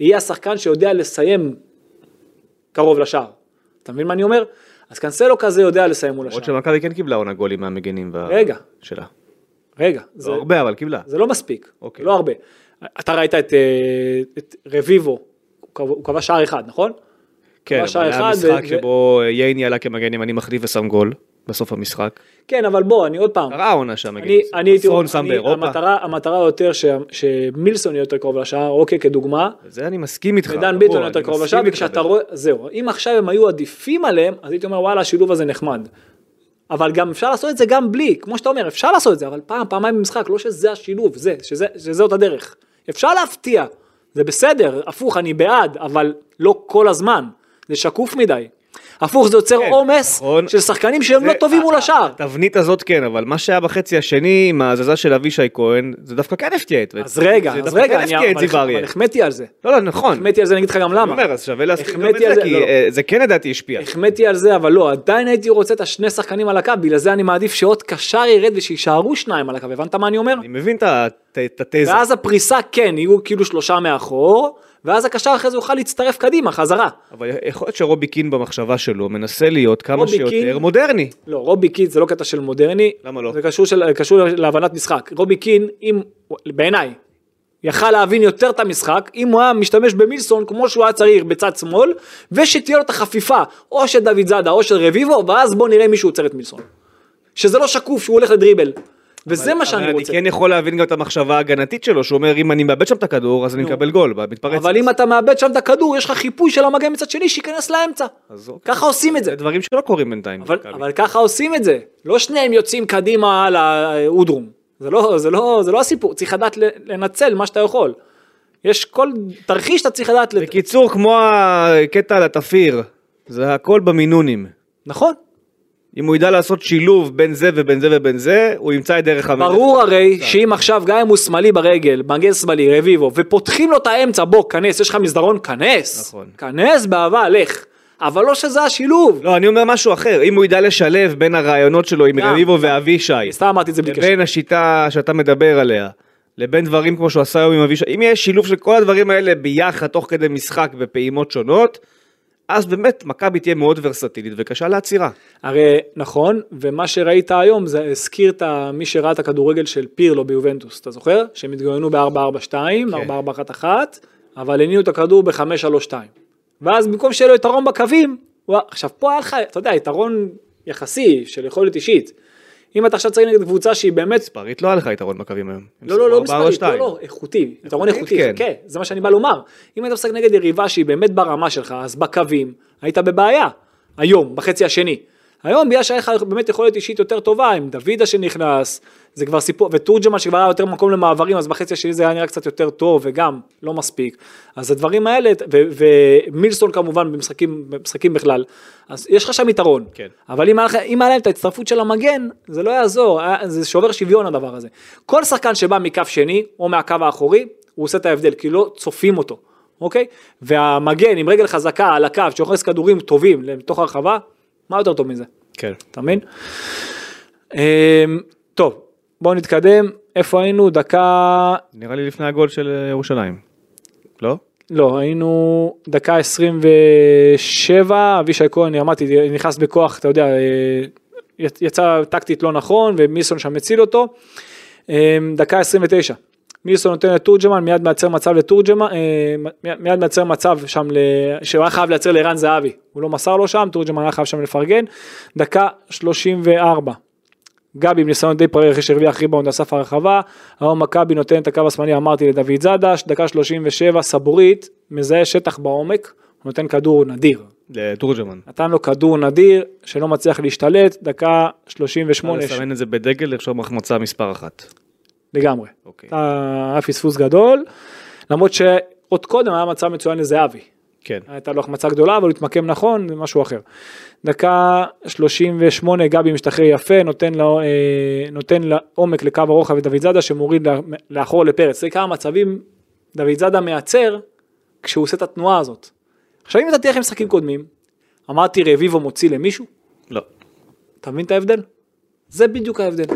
Speaker 3: יהיה השחקן שיודע לסיים קרוב לשער. אתה מבין מה אני אומר? אז קנסלו כזה יודע לסיים מול
Speaker 2: למרות
Speaker 3: השער.
Speaker 2: שמכבי כן קיבלה עונה גולים מהמגנים וה-
Speaker 3: רגע.
Speaker 2: שלה.
Speaker 3: רגע, זה,
Speaker 2: לא הרבה, אבל קיבלה.
Speaker 3: זה לא מספיק,
Speaker 2: אוקיי.
Speaker 3: לא הרבה. אתה ראית את, אה, את רביבו, הוא כב- הוא כבש שער אחד, נכון?
Speaker 2: כן,
Speaker 3: ממש
Speaker 2: אבל היה
Speaker 3: האחד,
Speaker 2: משחק
Speaker 3: ו-
Speaker 2: שבו אה, ייני עלה כמגן ימני מחליף ושם גול. בסוף המשחק.
Speaker 3: כן, אבל בוא, אני עוד פעם,
Speaker 2: קרה העונה שם,
Speaker 3: אני,
Speaker 2: נגיד.
Speaker 3: אני הייתי,
Speaker 2: פרון
Speaker 3: אני,
Speaker 2: שם באירופה.
Speaker 3: המטרה, המטרה יותר ש, שמילסון יהיה יותר קרוב לשער, אוקיי, כדוגמה,
Speaker 2: זה אני מסכים איתך.
Speaker 3: ודן
Speaker 2: ברור,
Speaker 3: ביטון
Speaker 2: אני
Speaker 3: יותר קרוב
Speaker 2: מסכים
Speaker 3: לשער,
Speaker 2: איתך
Speaker 3: וכשאתה
Speaker 2: בזה.
Speaker 3: רואה, זהו, אם עכשיו הם היו עדיפים עליהם, אז הייתי אומר וואלה, השילוב הזה נחמד. אבל גם אפשר לעשות את זה גם בלי, כמו שאתה אומר, אפשר לעשות את זה, אבל פעם, פעמיים במשחק, לא שזה השילוב, זה, שזה, שזאת הדרך. אפשר להפתיע, זה בסדר, הפוך, אני בעד, אבל לא כל הזמן, זה שקוף מדי. הפוך, זה יוצר
Speaker 2: כן,
Speaker 3: עומס
Speaker 2: נכון.
Speaker 3: של שחקנים שהם לא
Speaker 2: זה-
Speaker 3: טובים מול השער.
Speaker 2: התבנית הזאת כן, אבל מה שהיה בחצי השני עם ההזזה של אבישי כהן, זה דווקא כן הפתיע את
Speaker 3: אז רגע,
Speaker 2: זה
Speaker 3: אז
Speaker 2: דווקא כן
Speaker 3: רגע, אני-
Speaker 2: הפתיע את
Speaker 3: אבל
Speaker 2: זיו
Speaker 3: אבל
Speaker 2: אריה.
Speaker 3: החמאתי על זה.
Speaker 2: לא, לא, נכון.
Speaker 3: החמאתי על זה, אני אגיד לך גם
Speaker 2: אני
Speaker 3: למה.
Speaker 2: אומר, אז שווה להסכים גם את
Speaker 3: החמאתי על
Speaker 2: זה,
Speaker 3: זה,
Speaker 2: כי
Speaker 3: לא, לא.
Speaker 2: אה, זה כן לדעתי השפיע.
Speaker 3: החמאתי על זה, אבל לא, עדיין הייתי רוצה את השני שחקנים על הקו, בגלל זה אני מעדיף שעוד קשר ירד ושיישארו שניים על הקו, הבנת מה אני אומר?
Speaker 2: אני מבין את ה- את- את התזה.
Speaker 3: ואז הפריסה כן, יהיו כאילו שלושה מאחור, ואז הקשר אחרי זה יוכל להצטרף קדימה, חזרה.
Speaker 2: אבל יכול להיות שרובי קין במחשבה שלו מנסה להיות כמה
Speaker 3: רובי
Speaker 2: שיותר
Speaker 3: קין-
Speaker 2: מודרני.
Speaker 3: לא, רובי קין זה לא קטע של מודרני.
Speaker 2: למה לא?
Speaker 3: זה קשור, של, קשור להבנת משחק. רובי קין, אם, בעיניי, יכל להבין יותר את המשחק, אם הוא היה משתמש במילסון כמו שהוא היה צריך בצד שמאל, ושתהיה לו את החפיפה, או של דוד זאדה או של רביבו, ואז בוא נראה מי שעוצר את מילסון. שזה לא שקוף שהוא הולך לדריבל. וזה מה שאני
Speaker 2: אבל אני
Speaker 3: רוצה.
Speaker 2: כן יכול להבין גם את המחשבה ההגנתית שלו, שהוא אומר, אם אני מאבד שם את הכדור, אז אני מקבל גול, מתפרץ.
Speaker 3: אבל אם אתה מאבד שם את הכדור, יש לך חיפוי של המגן מצד שני שייכנס לאמצע.
Speaker 2: אז אוקיי.
Speaker 3: ככה עושים את זה.
Speaker 2: זה דברים שלא קורים בינתיים.
Speaker 3: אבל,
Speaker 2: במכבי.
Speaker 3: אבל ככה עושים את זה, לא שניהם יוצאים קדימה על האודרום, זה לא, זה, לא, זה לא הסיפור, צריך לדעת ל- לנצל מה שאתה יכול. יש כל תרחיש שאתה צריך לדעת, לת...
Speaker 2: בקיצור, כמו הקטע על התפיר, זה הכל במינונים.
Speaker 3: נכון,
Speaker 2: אם הוא ידע לעשות שילוב בין זה ובין זה ובין זה, הוא ימצא את דרך המלך.
Speaker 3: ברור הרי
Speaker 2: כן.
Speaker 3: שאם עכשיו גם אם הוא שמאלי ברגל, מגן שמאלי, רביבו, ופותחים לו את האמצע, בוא, כנס, יש לך מסדרון, כנס,
Speaker 2: נכון.
Speaker 3: כנס באהבה, לך, אבל לא שזה השילוב,
Speaker 2: לא, אני אומר משהו אחר, אם הוא ידע לשלב בין הרעיונות שלו עם
Speaker 3: גם.
Speaker 2: רביבו ואבישי,
Speaker 3: סתם אמרתי את זה בלי קשר.
Speaker 2: לבין השיטה שאתה מדבר עליה, לבין דברים כמו שהוא עשה היום עם אבישי, אם יש שילוב של כל הדברים האלה ביחד, תוך כדי משחק בפעימות שונות, אז באמת מכבי תהיה מאוד ורסטילית וקשה לעצירה.
Speaker 3: הרי נכון, ומה שראית היום זה הזכיר את ה- מי שראה את הכדורגל של פירלו ביובנטוס, אתה זוכר? שהם התגוננו ב-442, 4411, אבל הניעו את הכדור ב-532. ואז במקום שיהיה לו יתרון בקווים, הוא... עכשיו פה היה לך, אתה יודע, יתרון יחסי של יכולת אישית. אם אתה עכשיו צריך נגד קבוצה שהיא באמת...
Speaker 2: מספרית לא היה לך יתרון בקווים היום. הם
Speaker 3: לא, לא, לא
Speaker 2: שיחקו ארבע, ארבע,
Speaker 3: מספרית, לא,
Speaker 2: שתיים.
Speaker 3: לא, איכותי, יתרון
Speaker 2: איכותית,
Speaker 3: איכותי,
Speaker 2: כן.
Speaker 3: חכה, זה מה שאני בא לומר. אם היית משחק נגד יריבה שהיא באמת ברמה שלך, אז בקווים, היית בבעיה. היום, בחצי השני. היום בגלל שהיה לך באמת יכולת אישית יותר טובה, עם דוידה שנכנס, זה כבר סיפור, ותורג'מן שכבר היה יותר מקום למעברים, אז בחצי השני זה היה נראה קצת יותר טוב, וגם לא מספיק. אז הדברים האלה, ו- ומילסון כמובן במשחקים, במשחקים בכלל, אז יש לך שם יתרון.
Speaker 2: כן.
Speaker 3: אבל אם היה לך- אם היה להם את ההצטרפות של המגן, זה לא יעזור, היה- זה שובר שוויון הדבר הזה. כל שחקן שבא מקו שני, או מהקו האחורי, הוא עושה את ההבדל, כי לא צופים אותו, אוקיי? והמגן עם רגל חזקה על הקו, שאוכלס כדורים טובים לתוך הרחבה, מה יותר טוב מזה?
Speaker 2: כן.
Speaker 3: אתה מבין? אמ, טוב, בואו נתקדם, איפה היינו? דקה...
Speaker 2: נראה לי לפני הגול של אה, ירושלים. לא?
Speaker 3: לא, היינו דקה 27, אבישי כהן, אמרתי, נכנס בכוח, אתה יודע, אה, יצ- יצא טקטית לא נכון, ומילסון שם הציל אותו. אה, דקה 29, מילסון נותן לתורג'מן, מיד מייצר מצב לתורג'מן, אה, מ- מיד מייצר מצב שם, ל... שהוא היה חייב לייצר לערן זהבי, הוא לא מסר לו שם, תורג'מן היה חייב שם לפרגן. דקה 34. גבי עם ניסיון די פריר אחרי שהרוויח ריבאונד על סף הרחבה, היום מכבי נותן את הקו השמאלי אמרתי לדוד זאדה, דקה 37 סבורית, מזהה שטח בעומק, הוא נותן כדור נדיר,
Speaker 2: לתורג'מן.
Speaker 3: נתן לו כדור נדיר שלא מצליח להשתלט, דקה 38
Speaker 2: לסמן את זה בדגל, לרשום החמצה מספר אחת.
Speaker 3: לגמרי,
Speaker 2: אוקיי.
Speaker 3: אתה- היה פספוס גדול, למרות שעוד קודם היה מצב מצוין לזהבי,
Speaker 2: כן.
Speaker 3: הייתה לו החמצה גדולה, אבל הוא התמקם נכון, זה משהו אחר. דקה 38, גבי משתחרר יפה, נותן, לו, אה, נותן לעומק לקו הרוחב ודוד זאדה שמוריד לה- לאחור לפרץ. זה כמה מצבים דוד זאדה מייצר כשהוא עושה את התנועה הזאת. עכשיו אם אתה תלך עם משחקים קודמים, אמרתי רביבו מוציא למישהו,
Speaker 2: לא.
Speaker 3: אתה מבין את ההבדל? זה בדיוק ההבדל.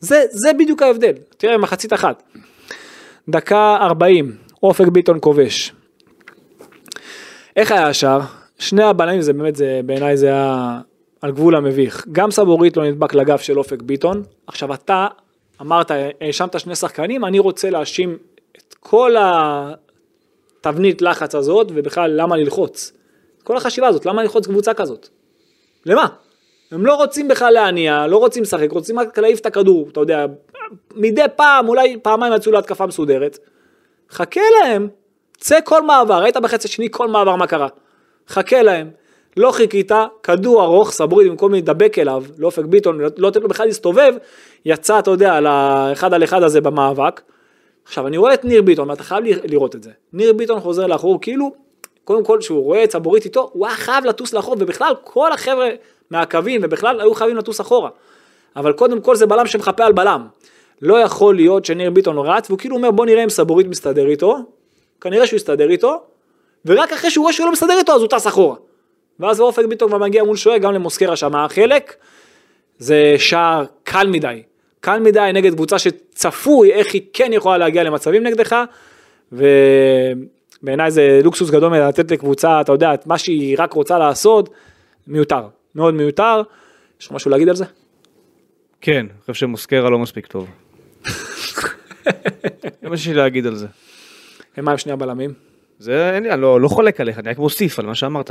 Speaker 3: זה, זה בדיוק ההבדל. תראה, מחצית אחת. דקה 40, אופק ביטון כובש. איך היה השער? שני הבלמים זה באמת, זה, בעיניי זה היה על גבול המביך. גם סבורית לא נדבק לגב של אופק ביטון. עכשיו אתה אמרת, האשמת שני שחקנים, אני רוצה להאשים את כל התבנית לחץ הזאת, ובכלל למה ללחוץ. כל החשיבה הזאת, למה ללחוץ קבוצה כזאת? למה? הם לא רוצים בכלל להניע, לא רוצים לשחק, רוצים רק להעיף את הכדור, אתה יודע, מדי פעם, אולי פעמיים יצאו להתקפה מסודרת. חכה להם, צא כל מעבר, ראית בחצי השני כל מעבר מה קרה. חכה להם. לא חיכית, כדור ארוך, סבורי במקום להידבק אליו, לאופק ביטון, לא- לא לתת לו בכלל להסתובב, יצא, אתה יודע, על האחד על אחד הזה במאבק. עכשיו, אני רואה את ניר ביטון, ואתה חייב ל- לראות את זה. ניר ביטון חוזר לאחור, כאילו, קודם כל, שהוא רואה את סבורית איתו, הוא היה חייב לטוס לאחור, ובכלל, כל החבר'ה מהקווים, ובכלל, היו חייבים לטוס אחורה. אבל קודם כל זה בלם שמחפה על בלם. לא יכול להיות שניר ביטון רץ, והוא כאילו אומר, בוא נראה אם סבורית מסתדר איתו, כנראה שהוא יסתדר איתו, ורק אחרי שהוא רואה שהוא לא מסתדר איתו, אז הוא טס אחורה. ואז אופק ביטון כבר מגיע מול שוער, גם למוסקרה שם היה חלק. זה שער קל מדי. קל מדי נגד קבוצה שצפוי איך היא כן יכולה להגיע למצבים נגדך. ובעיניי זה לוקסוס גדול מדי לתת לקבוצה, אתה יודע, את מה שהיא רק רוצה לעשות, מיותר. מאוד מיותר. יש לך משהו להגיד על זה?
Speaker 2: כן, אני חושב שמוסקרה לא מספיק טוב. זה מה שיש לי להגיד על זה.
Speaker 3: מה עם שני הבלמים?
Speaker 2: זה אין לי, אני לא, לא חולק עליך, אני רק מוסיף על מה שאמרת.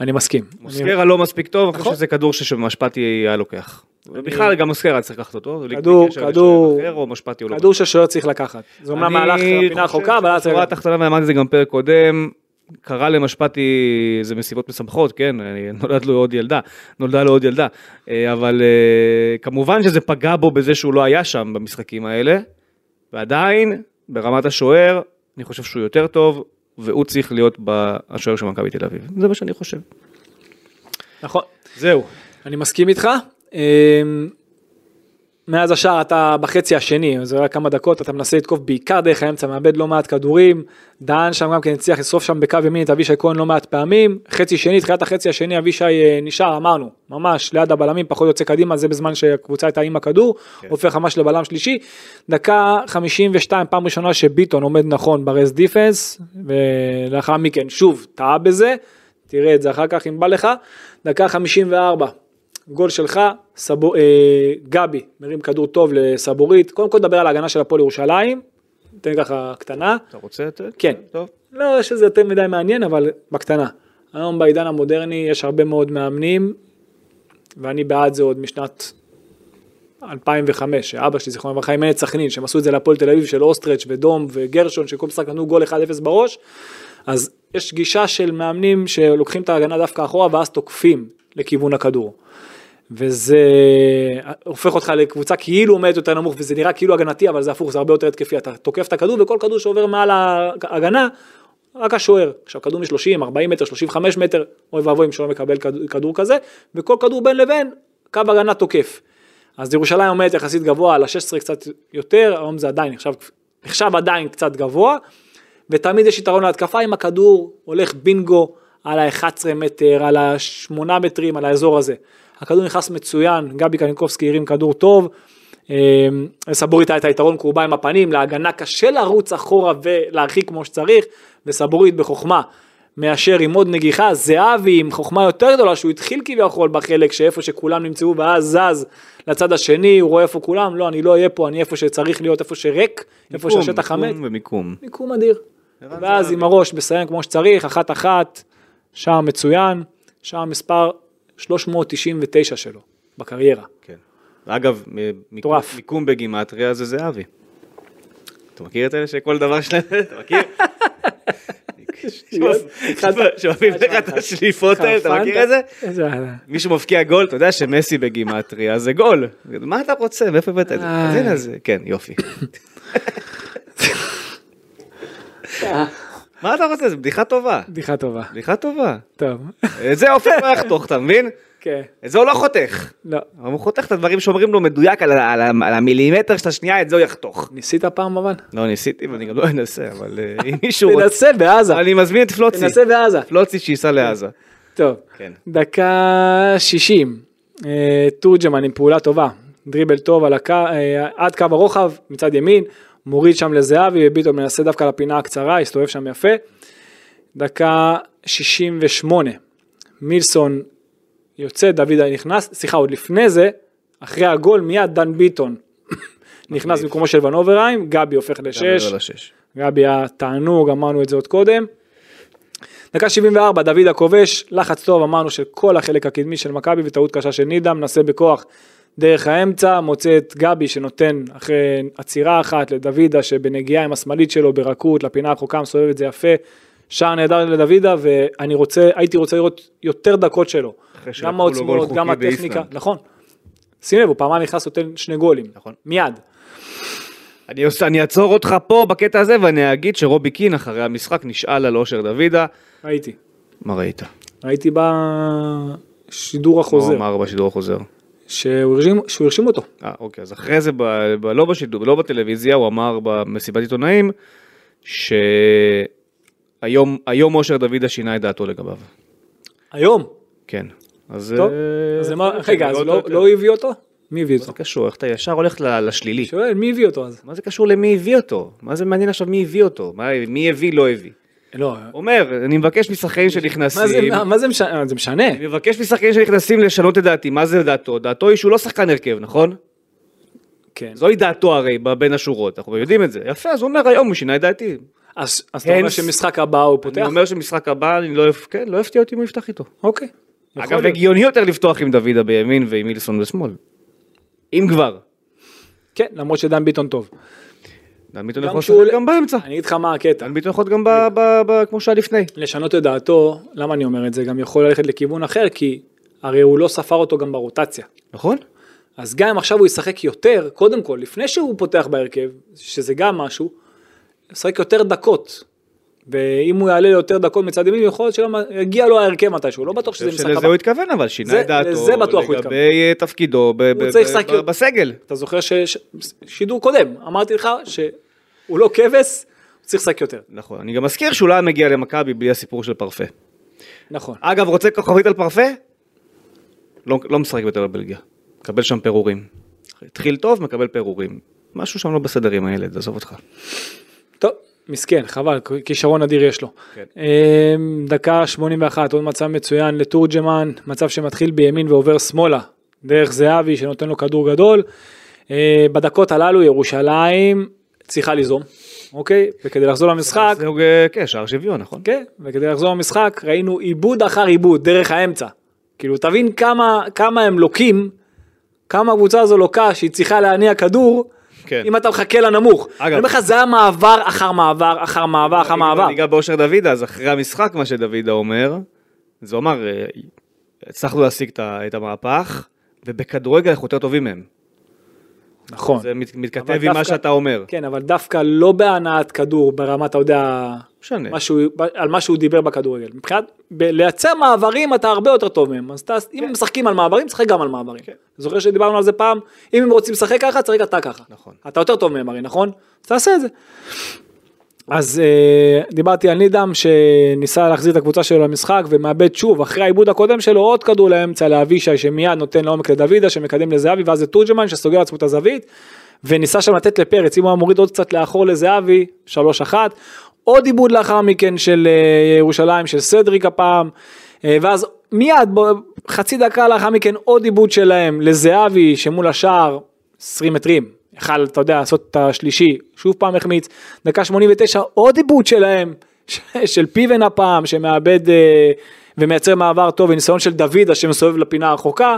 Speaker 3: אני מסכים. אני-
Speaker 2: מוסקרה לא מספיק טוב, אני חושב
Speaker 3: נכון.
Speaker 2: שזה כדור שמשפטי היה לוקח. ובכלל גם מוסקרה צריך לקחת אותו. בלי
Speaker 3: כדור,
Speaker 2: קשר לשוער
Speaker 3: כדור,
Speaker 2: אחר, או משפטי הוא לא
Speaker 3: כדור ששוער צריך לקחת. זה אומנם מהלך פינה רחוקה, אבל היה צריך...
Speaker 2: בשורה התחתונה, ואמרתי את זה גם פרק קודם, קרה למשפטי, זה מסיבות משמחות, כן, אני- נולד לו עוד ילדה, נולדה לו עוד ילדה, אה, אבל אה, כמובן שזה פגע בו בזה שהוא לא היה שם במשחקים האלה, ועדיין, ברמת השוער, אני חושב שהוא יותר טוב, והוא צריך להיות ב- השוער של מכבי תל אביב, זה מה שאני חושב.
Speaker 3: נכון.
Speaker 2: זהו.
Speaker 3: אני מסכים איתך. אמ, מאז השער אתה בחצי השני, זה היה כמה דקות, אתה מנסה לתקוף בעיקר דרך האמצע, מאבד לא מעט כדורים, דהן שם גם כן הצליח לשרוף שם בקו ימין את אבישי כהן לא מעט פעמים, חצי שני, תחילת החצי השני אבישי אה, נשאר, אמרנו, ממש ליד הבלמים, פחות יוצא קדימה, זה בזמן שהקבוצה הייתה עם הכדור, הופך ממש לבלם שלישי, דקה 52, פעם ראשונה שביטון עומד נכון ברס דיפנס, ולאחר מכן שוב טעה בזה, תראה את זה אחר כך אם בא לך, דקה 54. גול שלך, סבור, אה, גבי מרים כדור טוב לסבורית, קודם כל נדבר על ההגנה של הפועל ירושלים, ניתן ככה קטנה,
Speaker 2: אתה רוצה? ת-
Speaker 3: כן.
Speaker 2: טוב.
Speaker 3: לא שזה יותר מדי מעניין אבל בקטנה, היום בעידן המודרני יש הרבה מאוד מאמנים, ואני בעד זה עוד משנת 2005, שאבא שלי זיכרונו לברכה אימן את סכנין, שהם עשו את זה להפועל תל אביב של אוסטרץ' ודום וגרשון, שכל משחק נתנו גול 1-0 בראש, אז יש גישה של מאמנים שלוקחים את ההגנה דווקא אחורה ואז תוקפים לכיוון הכדור. וזה אה, הופך אותך לקבוצה כאילו עומדת יותר נמוך וזה נראה כאילו הגנתי אבל זה הפוך זה הרבה יותר התקפי אתה תוקף את הכדור וכל כדור שעובר מעל ההגנה רק השוער עכשיו כדור מ-30 40 מטר 35 מטר אוי ואבוי אם שוער מקבל כדור, כדור כזה וכל כדור בין לבין קו הגנה תוקף. אז ירושלים עומדת יחסית גבוה על ה-16 קצת יותר היום זה עדיין עכשיו עכשיו עדיין קצת גבוה ותמיד יש יתרון להתקפה אם הכדור הולך בינגו על ה-11 מטר, על ה-8 מטרים, על האזור הזה. הכדור נכנס מצוין, גבי קניקובסקי הרים כדור טוב, אה, סבורית היה את היתרון כי הוא בא עם הפנים, להגנה קשה לרוץ אחורה ולהרחיק כמו שצריך, וסבורית בחוכמה. מאשר עם עוד נגיחה, זהבי עם חוכמה יותר גדולה שהוא התחיל כביכול בחלק שאיפה שכולם נמצאו ואז זז לצד השני, הוא רואה איפה כולם, לא אני לא אהיה פה, אני איפה שצריך להיות, איפה שריק, איפה
Speaker 2: מיקום,
Speaker 3: שהשטח חמץ.
Speaker 2: מיקום ומיקום.
Speaker 3: מיקום אדיר.
Speaker 2: ערן
Speaker 3: ואז עם הראש מסיים כמו שצריך, אחת אחת, שער מצוין, שער מספר 399 שלו בקריירה.
Speaker 2: כן. אגב, מ- מיקום-
Speaker 3: מטורף.
Speaker 2: מיקום בגימטריה זה זהבי. אתה מכיר את אלה שכל דבר שלהם, אתה מכיר?
Speaker 3: לא,
Speaker 2: שאוהבים לך את השליפות האלה, אתה מכיר את זה?
Speaker 3: איזה...
Speaker 2: מישהו מבקיע גול, אתה יודע שמסי בגימטריה זה גול. מה אתה רוצה, מאיפה הבאת את זה? אז
Speaker 3: איי.
Speaker 2: הנה זה, כן, יופי. מה אתה רוצה, זו בדיחה טובה.
Speaker 3: בדיחה טובה.
Speaker 2: בדיחה טובה.
Speaker 3: טוב.
Speaker 2: את זה עופר לא יחתוך, אתה מבין?
Speaker 3: כן.
Speaker 2: את זה הוא לא חותך.
Speaker 3: לא.
Speaker 2: אבל הוא חותך את הדברים שאומרים לו מדויק על ה- על ה- על המילימטר של השנייה, את זה הוא יחתוך.
Speaker 3: ניסית פעם אבל?
Speaker 2: לא ניסיתי ואני גם לא אנסה, אבל אה, אם מישהו רוצה...
Speaker 3: תנסה בעזה.
Speaker 2: אני מזמין את פלוצי,
Speaker 3: תנסה בעזה.
Speaker 2: פלוצי שייסע לעזה.
Speaker 3: טוב.
Speaker 2: כן.
Speaker 3: דקה 60. אה, תורג'מן עם פעולה טובה. דריבל טוב על הקו, אה, עד קו הרוחב מצד ימין. מוריד שם לזהבי וביטון מנסה דווקא לפינה הקצרה, הסתובב שם יפה. דקה 68. מילסון יוצא, דוד נכנס, סליחה, עוד לפני זה, אחרי הגול מיד דן ביטון. נכנס במקומו של ון אוברהיים, גבי הופך לשש.
Speaker 2: גם לא לשש.
Speaker 3: גבי היה תענוג, אמרנו את זה עוד קודם. דקה 74, דוד הכובש, לחץ טוב, אמרנו של כל החלק הקדמי של מכבי וטעות קשה של נידם, מנסה בכוח דרך האמצע, מוצא את גבי שנותן אחרי עצירה אחת לדוידה שבנגיעה עם השמאלית שלו ברכות לפינה הרחוקה, מסובב את זה יפה. שער נהדר לדוידה ואני רוצה, הייתי רוצה לראות יותר דקות שלו.
Speaker 2: אחרי שלקחו
Speaker 3: גם
Speaker 2: לו גול
Speaker 3: העוצמות, גם
Speaker 2: חוקי
Speaker 3: הטכניקה,
Speaker 2: באיסלנד.
Speaker 3: נכון. שים לב, הוא פעמיים נכנס נותן שני גולים, נכון, מיד.
Speaker 2: אני, עושה, אני אעצור אותך פה בקטע הזה ואני אגיד שרובי קין אחרי המשחק נשאל על אושר דוידה,
Speaker 3: ראיתי,
Speaker 2: מה ראית?
Speaker 3: ראיתי בשידור
Speaker 2: מה הוא
Speaker 3: החוזר,
Speaker 2: אמר בשידור החוזר?
Speaker 3: שהוא הרשים- שהוא הרשים אותו.
Speaker 2: אה, אוקיי, אז אחרי זה, ב, ב, לא בשידור, לא בטלוויזיה, הוא אמר במסיבת עיתונאים, שהיום היום אושר דוידה שינה את דעתו לגביו.
Speaker 3: היום.
Speaker 2: כן. אז...
Speaker 3: טוב,
Speaker 2: אה,
Speaker 3: אז למה,
Speaker 2: זה
Speaker 3: רגע, לא.
Speaker 2: לא
Speaker 3: אז לא-
Speaker 2: יותר.
Speaker 3: לא הביא אותו? מי הביא
Speaker 2: מה זה
Speaker 3: אותו?
Speaker 2: קשור? איך אתה ישר הולך ל- לשלילי?
Speaker 3: שואל, מי הביא אותו אז?
Speaker 2: מה זה קשור למי הביא אותו? מה זה מעניין עכשיו מי הביא אותו? מה, מי הביא, לא הביא.
Speaker 3: לא,
Speaker 2: אומר, אני מבקש משחקנים
Speaker 3: מה זה-
Speaker 2: שנכנסים,
Speaker 3: מה- מה זה משנה? אה, זה משנה.
Speaker 2: אני מבקש משחקנים שנכנסים לשנות את דעתי, מה זה דעתו? דעתו היא שהוא לא שחקן הרכב, נכון?
Speaker 3: כן.
Speaker 2: זוהי דעתו הרי, ב- בין השורות, אנחנו יודעים את זה. יפה, אז הוא אומר, היום הוא שינה את דעתי.
Speaker 3: אז אז אתה אומר
Speaker 2: הנס.
Speaker 3: שמשחק הבא הוא פותח?
Speaker 2: אני אומר שמשחק הבא, אני לא, אפ- כן, לא אפתיע אותי אם הוא יפתח איתו.
Speaker 3: אוקיי. יכול
Speaker 2: אגב,
Speaker 3: להיות.
Speaker 2: הגיוני יותר לפתוח עם דוידה בימין ועם מילסון בשמאל. אם כבר.
Speaker 3: כן, למרות שדן ביטון טוב.
Speaker 2: דן ביטון
Speaker 3: גם
Speaker 2: יכול
Speaker 3: כשהוא
Speaker 2: לשחק
Speaker 3: עולה-
Speaker 2: גם באמצע.
Speaker 3: אני אגיד לך מה הקטע.
Speaker 2: דן ביטון יכול להיות גם ב- ב- ב- כמו שהיה לפני.
Speaker 3: לשנות את דעתו, למה אני אומר את זה? גם יכול ללכת לכיוון אחר, כי הרי הוא לא ספר אותו גם ברוטציה.
Speaker 2: נכון?
Speaker 3: אז גם אם עכשיו הוא ישחק יותר, קודם כל, לפני שהוא פותח בהרכב, שזה גם משהו, ישחק יותר דקות. ואם הוא יעלה ליותר דקות מצד ימין, יכול להיות שגם יגיע לו ההרכב מתישהו, לא בטוח שזה משחק
Speaker 2: שלזה
Speaker 3: הבא.
Speaker 2: הוא התכוון, אבל שינה
Speaker 3: זה-
Speaker 2: את דעתו.
Speaker 3: לזה בטוח הוא התכוון.
Speaker 2: לגבי אה, תפקידו ב- ב-
Speaker 3: צריך
Speaker 2: ב-
Speaker 3: לשחק
Speaker 2: ב-
Speaker 3: יותר.
Speaker 2: בסגל.
Speaker 3: אתה זוכר ששידור קודם, אמרתי לך שהוא לא כבש, הוא צריך לשחק יותר.
Speaker 2: נכון. אני גם מזכיר שהוא לא היה מגיע למכבי בלי הסיפור של פרפה.
Speaker 3: נכון.
Speaker 2: אגב, רוצה כוכבית על פרפה? לא, לא משחק יותר בבלגיה. מקבל שם פירורים. התחיל טוב, מקבל פירורים. משהו שם לא בסדר עם הילד, עזוב אותך.
Speaker 3: טוב, מסכן, חבל, כישרון אדיר יש לו.
Speaker 2: כן.
Speaker 3: אמ, דקה 81, עוד מצב מצוין לתורג'מן, מצב שמתחיל בימין ועובר שמאלה, דרך זהבי שנותן לו כדור גדול. אה, בדקות הללו ירושלים צריכה ליזום, אוקיי? וכדי לחזור למשחק,
Speaker 2: זהו, אה, כן, שער שוויון, נכון?
Speaker 3: כן, וכדי לחזור למשחק ראינו עיבוד אחר עיבוד דרך האמצע. כאילו תבין כמה, כמה הם לוקים, כמה הקבוצה הזו לוקה שהיא צריכה להניע כדור,
Speaker 2: כן.
Speaker 3: אם אתה מחכה לנמוך.
Speaker 2: אגב-
Speaker 3: אני אומר לך זה היה מעבר אחר מעבר אחר מעבר אחר מעבר.
Speaker 2: ניגע באושר דוידה, אז אחרי המשחק, מה שדוידה אומר, זה הוא אמר, אה, הצלחנו להשיג את ה- את המהפך, ובכדורגל אנחנו יותר טובים מהם.
Speaker 3: נכון.
Speaker 2: זה מת-
Speaker 3: אבל
Speaker 2: מתכתב עם מה
Speaker 3: דווקא-
Speaker 2: שאתה אומר.
Speaker 3: כן, אבל דווקא לא בהנעת כדור ברמת, אתה יודע,
Speaker 2: משנה.
Speaker 3: מה שהוא- על מה שהוא דיבר בכדורגל. מבחינת, ב- לייצר מעברים אתה הרבה יותר טוב מהם. אז אתה, אם הם משחקים על מעברים, תשחק גם על מעברים. זוכר שדיברנו על זה פעם? אם הם רוצים לשחק ככה, תשחק אתה ככה.
Speaker 2: נכון.
Speaker 3: אתה יותר טוב מהם הרי, נכון? אז תעשה את זה. אז אה, דיברתי על נידם שניסה להחזיר את הקבוצה שלו למשחק ומאבד שוב אחרי העיבוד הקודם שלו עוד כדור לאמצע לאבישי שמיד נותן לעומק לדוידה שמקדם לזהבי ואז לתורג'מן שסוגר לעצמו את הזווית וניסה שם לתת לפרץ אם הוא היה מוריד עוד קצת לאחור לזהבי 3-1 עוד עיבוד לאחר מכן של אה, ירושלים של סדריק הפעם אה, ואז מיד ב- חצי דקה לאחר מכן עוד עיבוד שלהם לזהבי שמול השער 20 מטרים, יכל, אתה יודע, לעשות את השלישי, שוב פעם החמיץ, דקה 89, עוד עיבוד שלהם, ש- של פיבן הפעם, שמאבד אה, ומייצר מעבר טוב, וניסיון של דוידה שמסובב לפינה הרחוקה,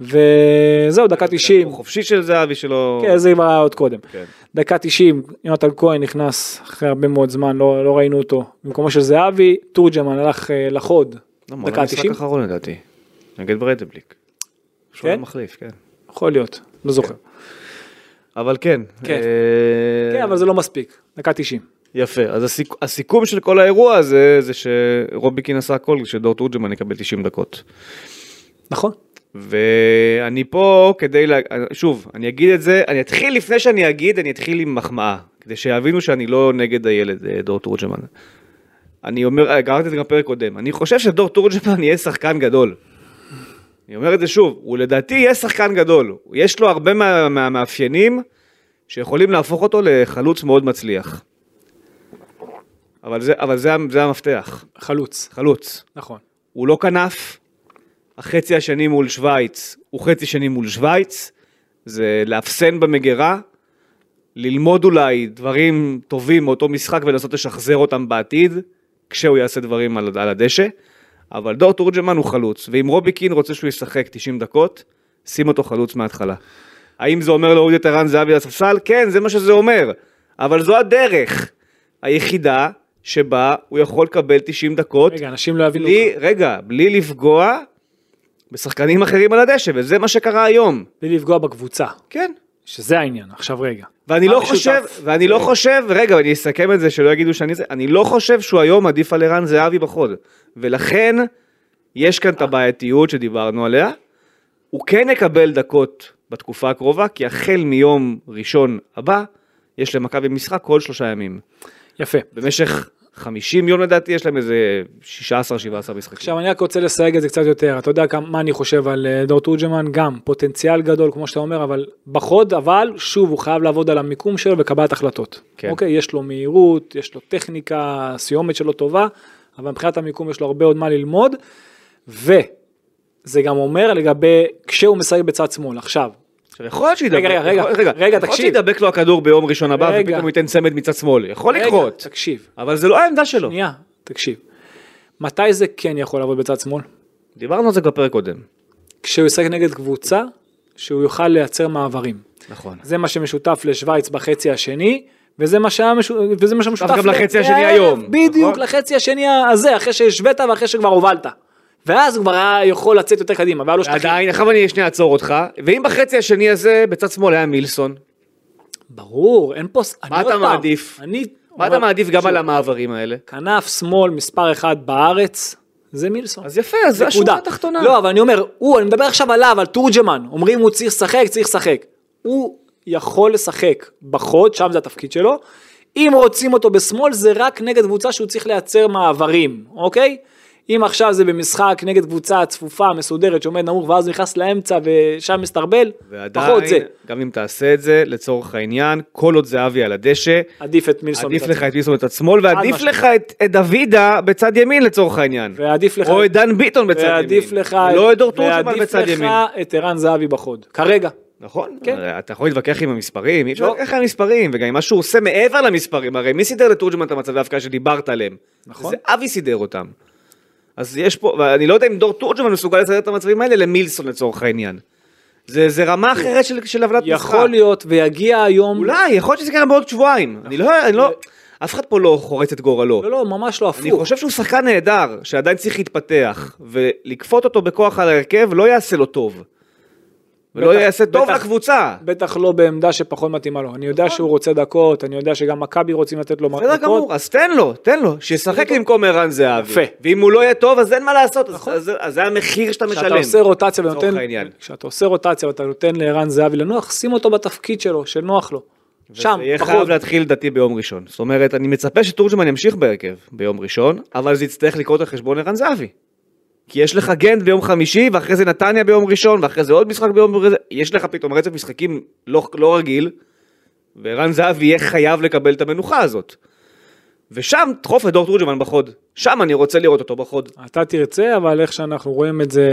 Speaker 3: וזהו, דקה 90.
Speaker 2: חופשי של זהבי שלא...
Speaker 3: כן, זה כבר היה עוד קודם.
Speaker 2: כן.
Speaker 3: דקה 90, יונתן כהן נכנס אחרי הרבה מאוד זמן, לא, לא ראינו אותו. במקומו של זהבי, תורג'מן הלך אה, לחוד.
Speaker 2: לא, מה,
Speaker 3: דקה
Speaker 2: אולי משחק
Speaker 3: 90,
Speaker 2: אחרון לדעתי. נגד ברדבליק. שהוא
Speaker 3: כן?
Speaker 2: היה מחליף, כן.
Speaker 3: יכול להיות, לא זוכר.
Speaker 2: אה, אבל כן.
Speaker 3: כן.
Speaker 2: אה,
Speaker 3: כן, אבל זה לא מספיק, דקה 90.
Speaker 2: יפה. אז הסיכ- הסיכום של כל האירוע הזה, זה שרוביקין עשה הכל שדור תורג'מן יקבל 90 דקות.
Speaker 3: נכון.
Speaker 2: ואני פה כדי, לה... שוב, אני אגיד את זה, אני אתחיל לפני שאני אגיד, אני אתחיל עם מחמאה, כדי שיבינו שאני לא נגד הילד, אה, דור תורג'מן. אני אומר, קראתי את זה גם בפרק קודם, אני חושב שדור תורג'מן יהיה שחקן גדול. אני אומר את זה שוב, הוא לדעתי יהיה שחקן גדול, יש לו הרבה מה- מהמאפיינים שיכולים להפוך אותו לחלוץ מאוד מצליח. אבל זה, אבל זה, ה- זה המפתח,
Speaker 3: חלוץ,
Speaker 2: חלוץ.
Speaker 3: נכון.
Speaker 2: הוא לא כנף, החצי השני מול שווייץ הוא חצי שני מול שווייץ, זה לאפסן במגירה, ללמוד אולי דברים טובים מאותו משחק ולנסות לשחזר אותם בעתיד, כשהוא יעשה דברים על, על הדשא, אבל דור תורג'מן הוא חלוץ, ואם רובי קין רוצה שהוא ישחק 90 דקות, שים אותו חלוץ מההתחלה. האם זה אומר להוריד את ערן זהבי לספסל? כן, זה מה שזה אומר, אבל זו הדרך היחידה שבה הוא יכול לקבל 90 דקות,
Speaker 3: רגע, אנשים לא יבינו
Speaker 2: בלי, רגע, בלי לפגוע בשחקנים אחרים על הדשא, וזה מה שקרה היום.
Speaker 3: בלי לפגוע בקבוצה,
Speaker 2: כן.
Speaker 3: שזה העניין, עכשיו רגע.
Speaker 2: ואני לא
Speaker 3: המשותף?
Speaker 2: חושב, ואני לא חושב, רגע, אני אסכם את זה, שלא יגידו שאני זה, אני לא חושב שהוא היום עדיף על ערן זהבי בחוד. ולכן, יש כאן את הבעייתיות שדיברנו עליה. הוא כן יקבל דקות בתקופה הקרובה, כי החל מיום ראשון הבא, יש למכבי משחק כל שלושה ימים.
Speaker 3: יפה.
Speaker 2: במשך 50 יום לדעתי, יש להם איזה 16-17 משחקים.
Speaker 3: עכשיו אני רק רוצה לסייג את זה קצת יותר, אתה יודע כמה- מה אני חושב על אה, דור תורג'מן, גם פוטנציאל גדול כמו שאתה אומר, אבל בחוד, אבל שוב הוא חייב לעבוד על המיקום שלו וקבלת החלטות.
Speaker 2: כן.
Speaker 3: אוקיי, יש לו מהירות, יש לו טכניקה, הסיומת שלו טובה, אבל מבחינת המיקום יש לו הרבה עוד מה ללמוד, וזה גם אומר לגבי כשהוא משחק בצד שמאל, עכשיו,
Speaker 2: עכשיו, יכול להיות שידבק,
Speaker 3: רגע, רגע,
Speaker 2: יכול-
Speaker 3: רגע, רגע,
Speaker 2: יכול להיות
Speaker 3: תקשיב.
Speaker 2: שידבק לו הכדור ביום ראשון הבא,
Speaker 3: רגע.
Speaker 2: ופתאום הוא ייתן צמד מצד שמאל, יכול
Speaker 3: רגע,
Speaker 2: לא לקרות,
Speaker 3: תקשיב,
Speaker 2: אבל זה לא העמדה שלו.
Speaker 3: שנייה, תקשיב, מתי זה כן יכול לעבוד בצד שמאל?
Speaker 2: דיברנו על זה כבר בפרק קודם.
Speaker 3: כשהוא ישחק נגד קבוצה, שהוא יוכל לייצר מעברים.
Speaker 2: נכון.
Speaker 3: זה מה שמשותף לשוויץ בחצי השני, וזה מה שהיה משותף, וזה מה שמשותף
Speaker 2: גם
Speaker 3: ל-
Speaker 2: לחצי השני
Speaker 3: לערב,
Speaker 2: היום,
Speaker 3: בדיוק,
Speaker 2: נכון?
Speaker 3: לחצי השני הזה, אחרי שהשווית ואחרי שכבר הובלת. ואז הוא כבר היה יכול לצאת יותר קדימה, והיה לו שטחים.
Speaker 2: עדיין, עכשיו אני שנייה אעצור אותך, ואם בחצי השני הזה, בצד שמאל היה מילסון,
Speaker 3: ברור, אין פה... אני
Speaker 2: מה
Speaker 3: עוד
Speaker 2: אתה
Speaker 3: פעם,
Speaker 2: מעדיף?
Speaker 3: אני...
Speaker 2: מה
Speaker 3: אבל-
Speaker 2: אתה מעדיף גם
Speaker 3: שוב,
Speaker 2: על המעברים האלה?
Speaker 3: כנף שמאל מספר אחד בארץ, זה מילסון.
Speaker 2: אז יפה, אז זה
Speaker 3: נקודה.
Speaker 2: השורה התחתונה.
Speaker 3: לא, אבל אני אומר, הוא, אני מדבר עכשיו עליו, על תורג'מן. אומרים הוא צריך לשחק, צריך לשחק. הוא יכול לשחק בחוד, שם זה התפקיד שלו. אם רוצים אותו בשמאל, זה רק נגד קבוצה שהוא צריך לייצר מעברים, אוקיי? אם עכשיו זה במשחק נגד קבוצה צפופה, מסודרת, שעומד נמוך, ואז הוא נכנס לאמצע ושם מסתרבל, פחות זה.
Speaker 2: ועדיין, גם אם תעשה את זה, לצורך העניין, כל עוד זהבי על הדשא,
Speaker 3: עדיף את מילסון.
Speaker 2: עדיף
Speaker 3: בצד.
Speaker 2: לך את מילסון בצד שמאל, ועדיף
Speaker 3: משמעית.
Speaker 2: לך את את דוידה בצד ימין לצורך העניין.
Speaker 3: ועדיף לך...
Speaker 2: או את דן ביטון בצד ימין.
Speaker 3: ועדיף לך...
Speaker 2: לא את דור תורג'מן בצד
Speaker 3: ועדיף
Speaker 2: ימין.
Speaker 3: לך את ערן זהבי בחוד, כרגע.
Speaker 2: נכון,
Speaker 3: כן.
Speaker 2: הרי אתה יכול להתווכח עם המספרים, אי אפשר
Speaker 3: לא.
Speaker 2: להתווכח עם המספרים, וגם עם מה שהוא עושה מעבר למספרים, הרי מי סידר לתורג'מן את המצבי ההפקעה שדיברת עליהם?
Speaker 3: נכון.
Speaker 2: זה אבי סידר אותם. אז יש פה, ואני לא יודע אם דור תורג'מן מסוגל לסדר את המצבים האלה למילסון לצורך העניין. זה, זה רמה אחרת של, של הבנת משחק.
Speaker 3: כן. יכול להיות, ויגיע היום...
Speaker 2: אולי, יכול להיות שזה יקרה בעוד שבועיים. אני לא, אני לא, אף אחד פה לא חורץ את גורלו.
Speaker 3: לא, לא, ממש לא נכון. הפוך.
Speaker 2: אני חושב שהוא שחקן נהדר, שעדיין צריך להתפתח, ולכפות אותו בכוח על ההרכב לא יעשה לו טוב. ולא
Speaker 3: בטח-
Speaker 2: יעשה טוב
Speaker 3: בטח-
Speaker 2: לקבוצה.
Speaker 3: בטח לא בעמדה שפחות מתאימה לו. אני יודע שהוא רוצה דקות, אני יודע שגם מכבי רוצים לתת לו
Speaker 2: בסדר
Speaker 3: דקות.
Speaker 2: גמור, אז תן לו, תן לו, שישחק במקום ערן זהבי.
Speaker 3: יפה. נכון.
Speaker 2: ואם הוא לא יהיה טוב, אז אין מה לעשות, אז- אז אז זה המחיר שאתה משלם.
Speaker 3: כשאתה עושה רוטציה ונותן...
Speaker 2: לצורך העניין.
Speaker 3: כשאתה עושה רוטציה ואתה נותן לערן זהבי לנוח, שים אותו בתפקיד שלו, שנוח לו. שם,
Speaker 2: זה יהיה
Speaker 3: פחות.
Speaker 2: חייב להתחיל לדעתי ביום ראשון. זאת אומרת, אני מצפה שתורג'מן ימשיך בהרכב ביום ראשון, אבל זה יצטרך לקרות על חשבון ערן זהבי. כי יש לך גנט ביום חמישי, ואחרי זה נתניה ביום ראשון, ואחרי זה עוד משחק ביום ראשון, יש לך פתאום רצף משחקים לא, לא רגיל, וערן זהבי יהיה חייב לקבל את המנוחה הזאת. ושם דחוף את דור תורג'מן בחוד. שם אני רוצה לראות אותו בחוד.
Speaker 3: אתה תרצה, אבל איך שאנחנו רואים את זה,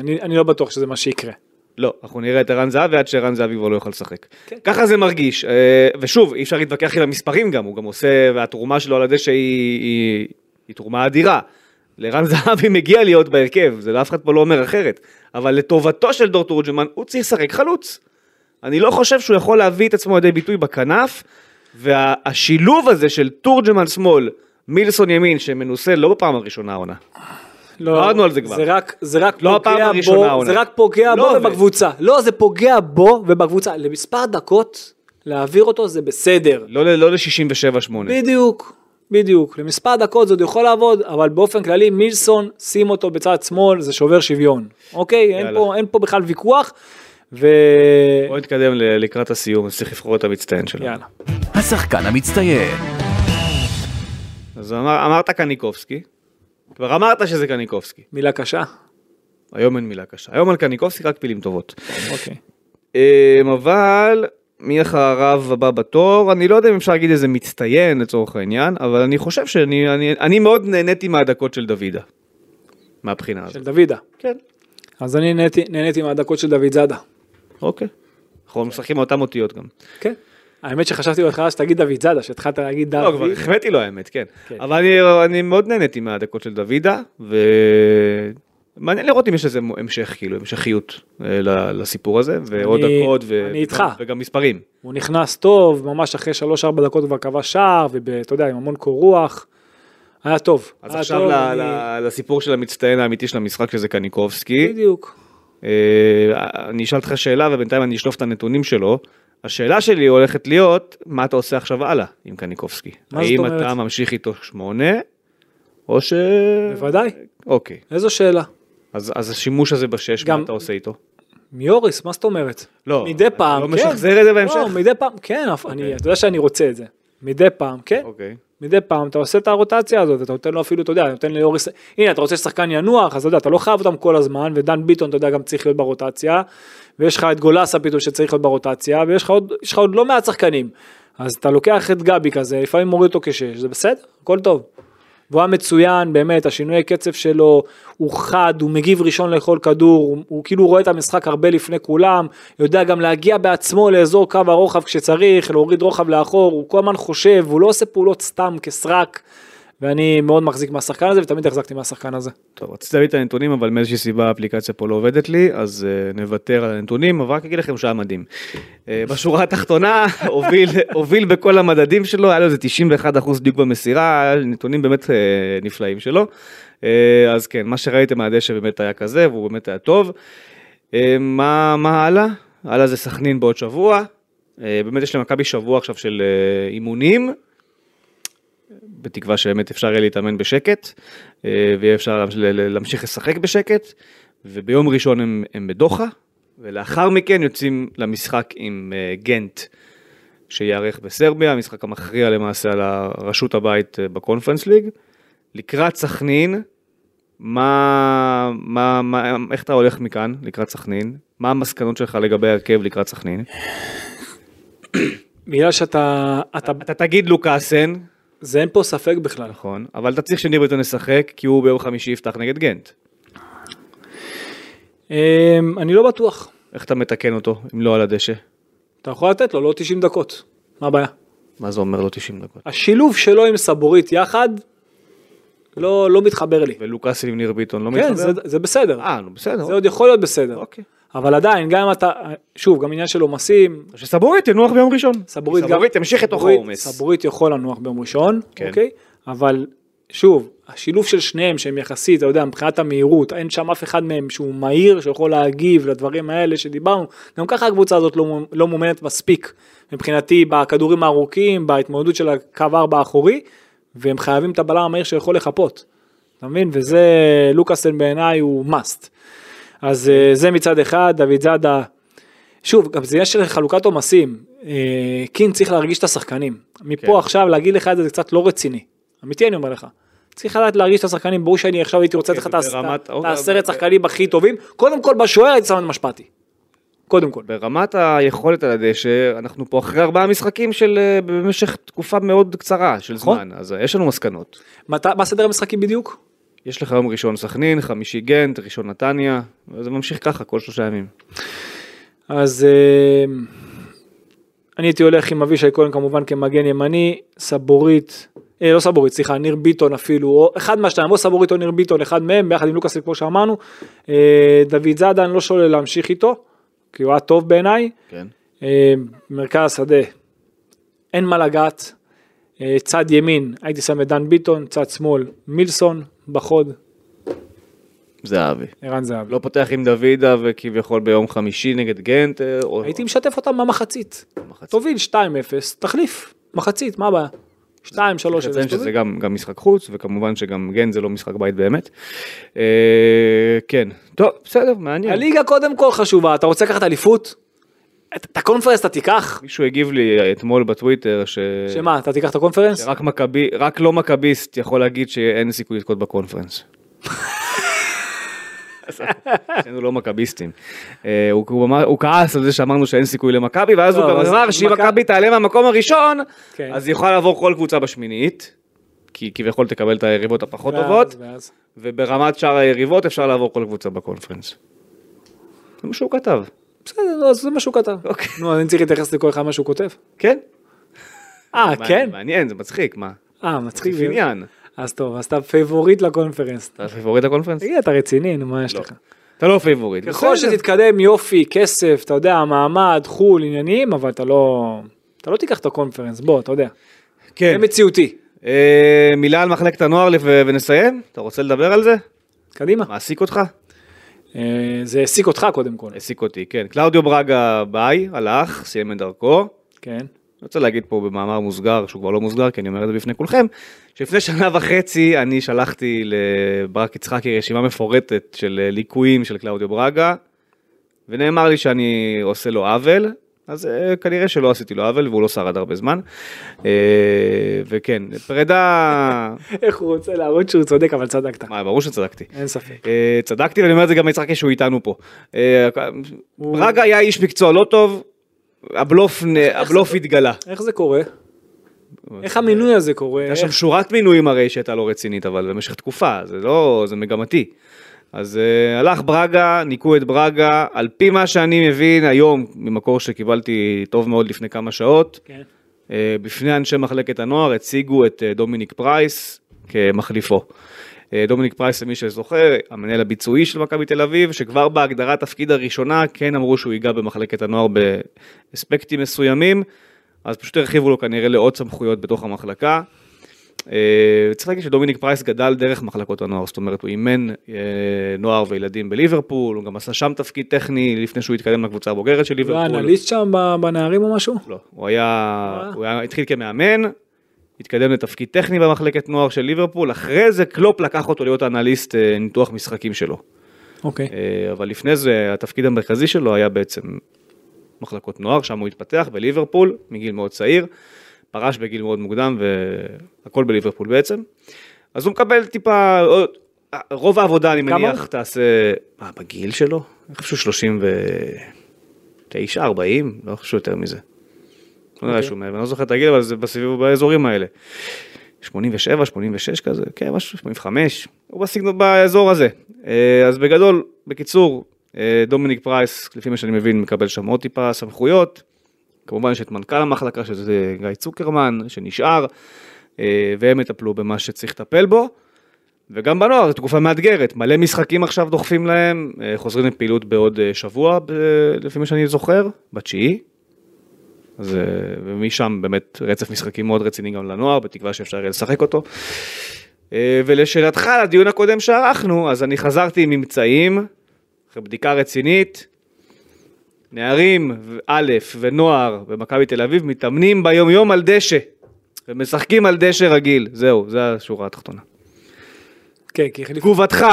Speaker 3: אני, אני לא בטוח שזה מה שיקרה.
Speaker 2: לא, אנחנו נראה את ערן זהבי עד שערן זהבי כבר לא יוכל לשחק.
Speaker 3: כן.
Speaker 2: ככה זה מרגיש. אה, ושוב, אי אפשר להתווכח עם המספרים גם, הוא גם עושה, והתרומה שלו על הדשא היא, היא, היא תרומה אדירה. לערן זהבי מגיע להיות בהרכב, זה לא אף אחד פה לא אומר אחרת. אבל לטובתו של דור תורג'מן, הוא צריך לשחק חלוץ. אני לא חושב שהוא יכול להביא את עצמו לידי ביטוי בכנף, והשילוב הזה של תורג'מן שמאל, מילסון ימין, שמנוסה לא בפעם הראשונה העונה.
Speaker 3: לא,
Speaker 2: דיברנו על זה כבר.
Speaker 3: זה רק, זה רק
Speaker 2: לא הפעם
Speaker 3: פוגע
Speaker 2: הראשונה,
Speaker 3: בו,
Speaker 2: העונה.
Speaker 3: זה רק פוגע
Speaker 2: לא
Speaker 3: בו
Speaker 2: עובד.
Speaker 3: ובקבוצה. לא, זה פוגע בו ובקבוצה. למספר דקות, להעביר אותו זה בסדר.
Speaker 2: לא, ל- לא ל-67-8.
Speaker 3: בדיוק, בדיוק. למספר דקות זה עוד יכול לעבוד, אבל באופן כללי מילסון, שים אותו בצד שמאל, זה שובר שוויון. אוקיי? אין
Speaker 2: יאללה.
Speaker 3: פה, אין פה בכלל ויכוח, ו...
Speaker 2: בוא נתקדם ל- לקראת הסיום, אז צריך לבחור את המצטיין שלנו.
Speaker 3: יאללה.
Speaker 1: השחקן המצטיין.
Speaker 2: אז אמר, אמרת קניקובסקי, כבר אמרת שזה קניקובסקי.
Speaker 3: מילה קשה?
Speaker 2: היום אין מילה קשה. היום על קניקובסקי רק מילים טובות.
Speaker 3: אוקיי.
Speaker 2: אמ, אבל מי אחריו הבא בתור, אני לא יודע אם אפשר להגיד איזה מצטיין לצורך העניין, אבל אני חושב שאני אני, אני מאוד נהניתי מהדקות של דוידה. מהבחינה
Speaker 3: של
Speaker 2: הזאת.
Speaker 3: דוידה.
Speaker 2: כן.
Speaker 3: אז אני נהניתי, נהניתי מהדקות של דוד זאדה.
Speaker 2: אוקיי. אנחנו משחקים על אותם אותיות גם.
Speaker 3: כן. האמת שחשבתי בהתחלה שתגיד דוד זאדה, שהתחלת להגיד
Speaker 2: לא, כבר
Speaker 3: דוד.
Speaker 2: החמאתי לו האמת, כן.
Speaker 3: כן.
Speaker 2: אבל אני- אני מאוד נהניתי מהדקות של דוידה, ומעניין לראות אם יש איזה המשך, כאילו, המשכיות אה, ל- לסיפור הזה, ועוד
Speaker 3: אני-
Speaker 2: דקות, ו-
Speaker 3: אני איתך.
Speaker 2: וגם מספרים.
Speaker 3: הוא נכנס טוב, ממש אחרי 3-4 דקות כבר כבש שער, ואתה יודע, עם המון קור רוח. היה טוב.
Speaker 2: אז
Speaker 3: היה
Speaker 2: עכשיו
Speaker 3: אה, טוב,
Speaker 2: ל-
Speaker 3: אני-
Speaker 2: ל- לסיפור של המצטיין האמיתי של המשחק, שזה קניקובסקי.
Speaker 3: בדיוק.
Speaker 2: אה, אני אשאל אותך שאלה ובינתיים אני אשלוף את הנתונים שלו. השאלה שלי הולכת להיות, מה אתה עושה עכשיו הלאה עם קניקובסקי?
Speaker 3: מה זאת אומרת?
Speaker 2: האם אתה ממשיך איתו שמונה, או ש...
Speaker 3: בוודאי.
Speaker 2: אוקיי,
Speaker 3: איזו שאלה.
Speaker 2: אז, אז השימוש הזה בשש,
Speaker 3: גם-
Speaker 2: מה אתה עושה איתו?
Speaker 3: מיוריס, מה זאת אומרת?
Speaker 2: לא,
Speaker 3: מדי
Speaker 2: אתה
Speaker 3: פעם,
Speaker 2: לא
Speaker 3: כן.
Speaker 2: משחזר את זה בהמשך?
Speaker 3: לא, מדי פעם, כן, אף- אני, אתה יודע שאני רוצה את זה. מדי פעם, כן.
Speaker 2: אוקיי.
Speaker 3: מדי פעם אתה עושה את הרוטציה הזאת, אתה נותן לו אפילו, אתה יודע, נותן ליוריס, הנה, אתה רוצה ששחקן ינוח, אז אתה יודע, אתה לא חייב אותם כל הזמן, ודן ביטון, אתה יודע, גם צריך להיות ברוטציה, ויש לך את גולסה פתאום שצריך להיות ברוטציה, ויש לך עוד, יש לך עוד לא מעט שחקנים. אז אתה לוקח את גבי כזה, לפעמים מוריד אותו כשש, זה בסדר, הכל טוב. והוא היה מצוין, באמת, השינוי קצב שלו, הוא חד, הוא מגיב ראשון לכל כדור, הוא, הוא כאילו רואה את המשחק הרבה לפני כולם, יודע גם להגיע בעצמו לאזור קו הרוחב כשצריך, להוריד רוחב לאחור, הוא כל הזמן חושב, הוא לא עושה פעולות סתם כסרק, ואני מאוד מחזיק מהשחקן הזה, ותמיד החזקתי מהשחקן הזה.
Speaker 2: טוב, רציתי להביא את הנתונים, אבל מאיזושהי סיבה האפליקציה פה לא עובדת לי, אז uh, נוותר על הנתונים, אבל רק אגיד לכם שהיה מדהים. Uh, בשורה התחתונה, הוביל, הוביל בכל המדדים שלו, היה לו איזה 91% דיוק במסירה, היה נתונים באמת uh, נפלאים שלו. Uh, אז כן, מה שראיתם מהדשא באמת היה כזה, והוא באמת היה טוב. Uh, מה, מה הלאה? הלאה זה סכנין בעוד שבוע. Uh, באמת יש למכבי שבוע עכשיו של uh, אימונים, בתקווה שבאמת אפשר יהיה להתאמן בשקט, אה, ויהיה אפשר להמש- ל- ל- להמשיך לשחק בשקט, וביום ראשון הם, הם בדוחה, ולאחר מכן יוצאים למשחק עם אה, גנט, שייארך בסרביה, המשחק המכריע למעשה על ראשות הבית אה, בקונפרנס ליג. לקראת סכנין, מה, מה, מה, איך אתה הולך מכאן לקראת סכנין? מה המסקנות שלך לגבי ההרכב לקראת סכנין?
Speaker 3: בגלל שאתה, אתה,
Speaker 2: אתה תגיד לוקאסן,
Speaker 3: זה אין פה ספק בכלל.
Speaker 2: נכון, אבל אתה צריך שניר ביטון ישחק, כי הוא ביום חמישי יפתח נגד גנט.
Speaker 3: אמ, אני לא בטוח,
Speaker 2: איך אתה מתקן אותו, אם לא על הדשא?
Speaker 3: אתה יכול לתת לו לא 90 דקות, מה הבעיה?
Speaker 2: מה זה אומר לא 90 דקות?
Speaker 3: השילוב שלו עם סבורית יחד, לא, לא מתחבר לי.
Speaker 2: ולוקאסל עם ניר ביטון לא מתחבר?
Speaker 3: כן, זה, זה בסדר.
Speaker 2: אה, נו בסדר.
Speaker 3: זה עוד יכול להיות בסדר.
Speaker 2: אוקיי.
Speaker 3: אבל עדיין, גם אם אתה, שוב, גם עניין של עומסים,
Speaker 2: שסבורית ינוח ביום ראשון.
Speaker 3: סבורית גם...
Speaker 2: סבורית ימשיך את אורך
Speaker 3: סבורית-
Speaker 2: העומס.
Speaker 3: סבורית יכול לנוח ביום ראשון,
Speaker 2: כן.
Speaker 3: אוקיי? אבל שוב, השילוב של שניהם שהם יחסית, אתה יודע, מבחינת המהירות, אין שם אף אחד מהם שהוא מהיר, שיכול להגיב לדברים האלה שדיברנו. גם ככה הקבוצה הזאת לא, מומ- לא מומנת מספיק, מבחינתי, בכדורים הארוכים, בהתמודדות של הקו ארבע האחורי, והם חייבים את הבלם המהיר שיכול לחפות. אתה מבין? וזה, לוקאסן בעיניי הוא must. אז אה, זה מצד אחד, דוד זאדה, שוב, גם זה עניין של חלוקת עומסים. אה, קין צריך להרגיש את השחקנים. מפה
Speaker 2: כן.
Speaker 3: עכשיו להגיד לך את זה זה קצת לא רציני. אמיתי אני אומר לך. צריך לדעת להרגיש את השחקנים, ברור שאני עכשיו הייתי רוצה לתת לך את הס-
Speaker 2: כן, ברמת-
Speaker 3: את העשרת שחקנים הכי טובים, קודם כל בשוער הייתי שם את משפטי. קודם כל.
Speaker 2: ברמת היכולת על הדשא, אנחנו פה אחרי ארבעה משחקים של אה, במשך תקופה מאוד קצרה של
Speaker 3: נכון.
Speaker 2: זמן, אז אה, יש לנו מסקנות.
Speaker 3: מת- מה סדר המשחקים בדיוק?
Speaker 2: יש לך יום ראשון סכנין, חמישי גנט, ראשון נתניה, זה ממשיך ככה כל שלושה ימים.
Speaker 3: אז אה, אני הייתי הולך עם אבישי כהן כמובן כמגן ימני, סבורית, אה, לא סבורית, סליחה, ניר ביטון אפילו, או אחד מהשניים, או סבורית או ניר ביטון, אחד מהם, ביחד עם לוקאסי כמו שאמרנו, אה, דוד זאדה, אני לא שולל להמשיך איתו, כי הוא היה טוב בעיניי,
Speaker 2: כן.
Speaker 3: אה, מרכז השדה, אין מה לגעת, אה, צד ימין, הייתי שם את דן ביטון, צד שמאל, מילסון, בחוד,
Speaker 2: זהבי.
Speaker 3: ערן זהבי.
Speaker 2: לא פותח עם דוידה וכביכול ביום חמישי נגד גנט, אה, או...
Speaker 3: הייתי משתף אותם במחצית. תוביל 2-0, תחליף, מחצית, מה הבעיה? 2-3-0,
Speaker 2: צריך לציין שזה
Speaker 3: תוביל.
Speaker 2: גם, גם משחק חוץ, וכמובן שגם גן זה לא משחק בית באמת. אה, כן, טוב, בסדר, מעניין.
Speaker 3: הליגה קודם כל חשובה, אתה רוצה לקחת אליפות? את את הקונפרנס אתה תיקח?
Speaker 2: מישהו הגיב לי אתמול בטוויטר ש...
Speaker 3: שמה, אתה תיקח את הקונפרנס?
Speaker 2: שרק מכבי, רק לא מכביסט יכול להגיד שאין סיכוי לזכות בקונפרנס. שנינו לא מכביסטים. אה, הוא, הוא, אמר- הוא כעס על זה שאמרנו שאין סיכוי למכבי, ואז
Speaker 3: לא,
Speaker 2: הוא גם
Speaker 3: אבל
Speaker 2: אמר
Speaker 3: זה-
Speaker 2: שאם
Speaker 3: מכבי-
Speaker 2: מכבי תעלה מהמקום הראשון,
Speaker 3: כן.
Speaker 2: אז היא יכולה לעבור כל קבוצה בשמינית, כי כביכול תקבל את היריבות הפחות
Speaker 3: ואז-
Speaker 2: טובות,
Speaker 3: ואז.
Speaker 2: וברמת שאר היריבות אפשר לעבור כל קבוצה בקונפרנס. זה מה שהוא כתב.
Speaker 3: בסדר, לא, אז זה מה שהוא כתב.
Speaker 2: אוקיי.
Speaker 3: נו, אז אני צריך להתייחס לכל אחד מה שהוא כותב.
Speaker 2: כן?
Speaker 3: אה, כן?
Speaker 2: מעניין, זה מצחיק, מה?
Speaker 3: אה, מצחיק.
Speaker 2: זה עניין.
Speaker 3: אז טוב, אז אתה פייבוריט לקונפרנס.
Speaker 2: אתה פייבוריט הקונפרנס?
Speaker 3: תגיד, אתה רציני, נו, מה יש
Speaker 2: לא.
Speaker 3: לך?
Speaker 2: אתה לא פייבוריט.
Speaker 3: ככל
Speaker 2: בסדר.
Speaker 3: שתתקדם יופי, כסף, אתה יודע, מעמד, חו"ל, עניינים, אבל אתה לא... אתה לא תיקח את הקונפרנס, בוא, אתה יודע.
Speaker 2: כן.
Speaker 3: זה מציאותי.
Speaker 2: אה, מילה על מחלקת הנוער לפ- ונסיים? אתה רוצה לדבר על זה?
Speaker 3: קדימה.
Speaker 2: מעסיק אותך?
Speaker 3: אה, זה העסיק אותך קודם כל.
Speaker 2: העסיק אותי, כן. קלאודיו ברגה ביי, הלך, סיים את דרכו.
Speaker 3: כן.
Speaker 2: אני רוצה להגיד פה במאמר מוסגר, שהוא כבר לא מוסגר, כי אני אומר את זה בפני כולכם, שלפני שנה וחצי אני שלחתי לברק יצחקי רשימה מפורטת של אה, ליקויים של קלאודיו ברגה, ונאמר לי שאני עושה לו עוול, אז אה, כנראה שלא עשיתי לו עוול, והוא לא שרד הרבה זמן. אה, וכן, פרידה...
Speaker 3: איך הוא רוצה להראות שהוא צודק, אבל צדקת.
Speaker 2: מה, ברור שצדקתי.
Speaker 3: אין ספק.
Speaker 2: אה, צדקתי ואני אומר את זה גם ליצחקי שהוא איתנו פה. אה,
Speaker 3: הוא-
Speaker 2: ברגה היה איש מקצוע לא טוב, הבלוף נ- הבלוף התגלה.
Speaker 3: איך זה קורה? איך המינוי הזה קורה?
Speaker 2: היה שם
Speaker 3: איך-
Speaker 2: שורת מינויים הרי שהייתה לא רצינית, אבל במשך תקופה, זה לא, זה מגמתי. אז uh, הלך ברגה, ניקו את ברגה, על פי מה שאני מבין היום, ממקור שקיבלתי טוב מאוד לפני כמה שעות,
Speaker 3: כן.
Speaker 2: uh, בפני אנשי מחלקת הנוער הציגו את uh, דומיניק פרייס כמחליפו. Uh, דומיניק פרייס, למי שזוכר, המנהל הביצועי של מכבי תל אביב, שכבר בהגדרת תפקיד הראשונה כן אמרו שהוא ייגע במחלקת הנוער באספקטים מסוימים, אז פשוט הרחיבו לו כנראה לעוד סמכויות בתוך המחלקה. אה, צריך להגיד שדומיניק פרייס גדל דרך מחלקות הנוער, זאת אומרת הוא אימן אה, נוער וילדים בליברפול, הוא גם עשה שם תפקיד טכני לפני שהוא התקדם לקבוצה הבוגרת של
Speaker 3: הוא היה
Speaker 2: ליברפול.
Speaker 3: לא אנליסט שם ב- בנערים או משהו?
Speaker 2: לא, הוא היה, הוא היה, התחיל כמאמן, התקדם לתפקיד טכני במחלקת נוער של ליברפול, אחרי זה קלופ לקח אותו להיות אנליסט אה, ניתוח משחקים שלו.
Speaker 3: אוקיי.
Speaker 2: אה, אבל לפני זה התפקיד המרכזי שלו היה בעצם מחלקות נוער, שם הוא התפתח בליברפול מגיל מאוד צעיר, פרש בגיל מאוד מוקדם והכל בליברפול בעצם. אז הוא מקבל טיפה, עוד- רוב העבודה אני
Speaker 3: כמה
Speaker 2: מניח
Speaker 3: הוא?
Speaker 2: תעשה, מה בגיל שלו? אני חושב שהוא 39, 40, לא חושב יותר מזה. לא נראה
Speaker 3: אוקיי.
Speaker 2: שהוא מעבר, אני לא זוכר את הגיל, אבל זה בסביב, באזורים האלה. 87, 86 כזה, כן, משהו, 85, הוא בסגנון באזור הזה. אה, אז בגדול, בקיצור, אה, דומיניק פרייס, לפי מה שאני מבין, מקבל שם עוד טיפה סמכויות. כמובן שיש את מנכ"ל המחלקה, שזה גיא צוקרמן, שנשאר, אה, והם יטפלו במה שצריך לטפל בו. וגם בנוער, זו תקופה מאתגרת, מלא משחקים עכשיו דוחפים להם, אה, חוזרים לפעילות בעוד אה, שבוע, ב- לפי מה שאני זוכר, בתשיעי. אז אה, ומשם באמת רצף משחקים מאוד רציני גם לנוער, בתקווה שאפשר יהיה לשחק אותו. אה, ולשאלתך, על הדיון הקודם שערכנו, אז אני חזרתי עם ממצאים, אחרי בדיקה רצינית. נערים ו- א' ונוער במכבי תל אביב מתאמנים ביום יום על דשא, ומשחקים על דשא רגיל, זהו, זו השורה התחתונה.
Speaker 3: כן, כי החליפו
Speaker 2: תגובתך.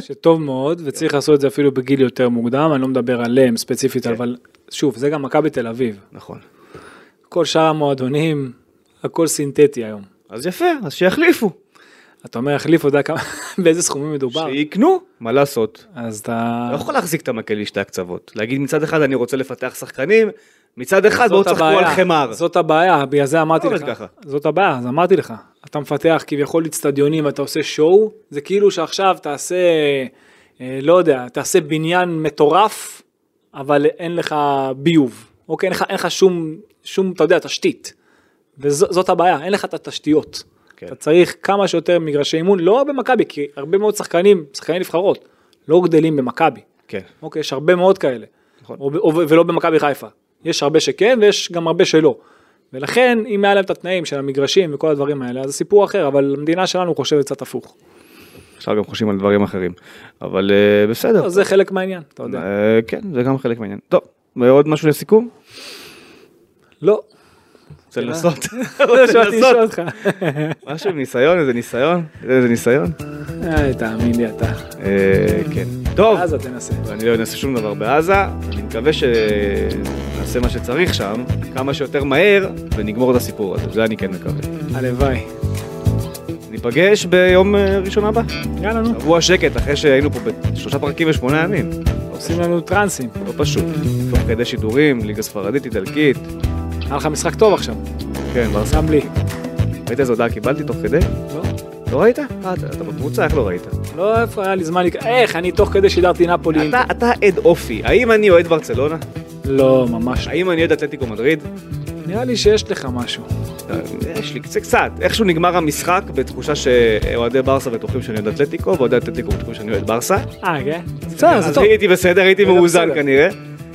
Speaker 3: שטוב מאוד, וצריך לעשות את זה אפילו בגיל יותר מוקדם, אני לא מדבר עליהם
Speaker 2: כן.
Speaker 3: ספציפית, אבל שוב, זה גם מכבי תל אביב.
Speaker 2: נכון.
Speaker 3: כל שאר המועדונים, הכל סינתטי היום.
Speaker 2: אז יפה, אז שיחליפו,
Speaker 3: אתה אומר, החליף, אתה יודע כמה, באיזה סכומים מדובר,
Speaker 2: שיקנו, מה לעשות.
Speaker 3: אז אתה...
Speaker 2: לא יכול להחזיק את המקל לשתי הקצוות. להגיד מצד אחד אני רוצה לפתח שחקנים, מצד אחד בואו
Speaker 3: זאת
Speaker 2: תשחקו על
Speaker 3: הבעיה,
Speaker 2: חמר.
Speaker 3: זאת הבעיה, בגלל זה אמרתי
Speaker 2: לא
Speaker 3: לך.
Speaker 2: עובד ככה.
Speaker 3: זאת הבעיה, אז אמרתי לך. אתה מפתח כביכול אצטדיונים, אתה עושה שואו, זה כאילו שעכשיו תעשה, אה, לא יודע, תעשה בניין מטורף, אבל אין לך ביוב, אוקיי? אין לך, אין לך שום, שום, אתה יודע, תשתית. וזאת הבעיה, אין לך את התשתיות.
Speaker 2: כן.
Speaker 3: אתה צריך כמה שיותר מגרשי אימון, לא רק במכבי, כי הרבה מאוד שחקנים, שחקני נבחרות, לא גדלים במכבי.
Speaker 2: כן.
Speaker 3: אוקיי, יש הרבה מאוד כאלה.
Speaker 2: נכון.
Speaker 3: או, ב- או, ולא במכבי חיפה. יש הרבה שכן ויש גם הרבה שלא. ולכן, אם היה להם את התנאים של המגרשים וכל הדברים האלה, אז זה סיפור אחר, אבל המדינה שלנו חושבת קצת הפוך.
Speaker 2: עכשיו גם חושבים על דברים אחרים. אבל אה, בסדר.
Speaker 3: אז לא, זה חלק מהעניין, אתה יודע.
Speaker 2: אה, כן, זה גם חלק מהעניין. טוב, עוד משהו לסיכום?
Speaker 3: לא,
Speaker 2: רוצה לנסות?
Speaker 3: לא
Speaker 2: רוצה
Speaker 3: שמעתי
Speaker 2: לנסות?
Speaker 3: לשאול אותך.
Speaker 2: משהו, ניסיון, איזה ניסיון? איזה ניסיון?
Speaker 3: אה, תאמין לי אתה.
Speaker 2: אה, כן. טוב.
Speaker 3: אז תנסה.
Speaker 2: אני לא אנסה שום דבר בעזה, אני מקווה שנעשה מה שצריך שם, כמה שיותר מהר, ונגמור את הסיפור הזה, זה אני כן מקווה.
Speaker 3: הלוואי.
Speaker 2: ניפגש ביום אה, ראשון הבא,
Speaker 3: יאללה נו,
Speaker 2: שבוע שקט, אחרי שהיינו פה בשלושה פרקים ושמונה ימים,
Speaker 3: עושים לנו טרנסים.
Speaker 2: לא פשוט. תוך כדי שידורים, ליגה ספרדית, איטלקית,
Speaker 3: היה לך משחק טוב עכשיו,
Speaker 2: כן, ברס...
Speaker 3: שם לי.
Speaker 2: ראית איזה הודעה קיבלתי תוך כדי?
Speaker 3: לא?
Speaker 2: לא ראית? אה, אתה, אתה בקבוצה, איך לא ראית?
Speaker 3: לא, איפה היה לי זמן, לק- איך, אני תוך כדי שידרתי נפולי. אינטר.
Speaker 2: אתה- אתה עד אופי, האם אני אוהד ברצלונה?
Speaker 3: לא, ממש לא.
Speaker 2: האם אני אוהד אתלטיקו מדריד? אה,
Speaker 3: נראה לי שיש לך משהו.
Speaker 2: יש לי קצת, קצת. איכשהו נגמר המשחק בתחושה שאוהדי ברסה בטוחים שאני אוהד אתלטיקו, ואוהדי אתלטיקו בטוחים שאני אוהד ברסה.
Speaker 3: אה, כן? בסדר, זה
Speaker 2: אז
Speaker 3: טוב.
Speaker 2: הייתי בסדר, הייתי
Speaker 3: זה
Speaker 2: מאוזן
Speaker 3: בסדר.
Speaker 2: כנראה.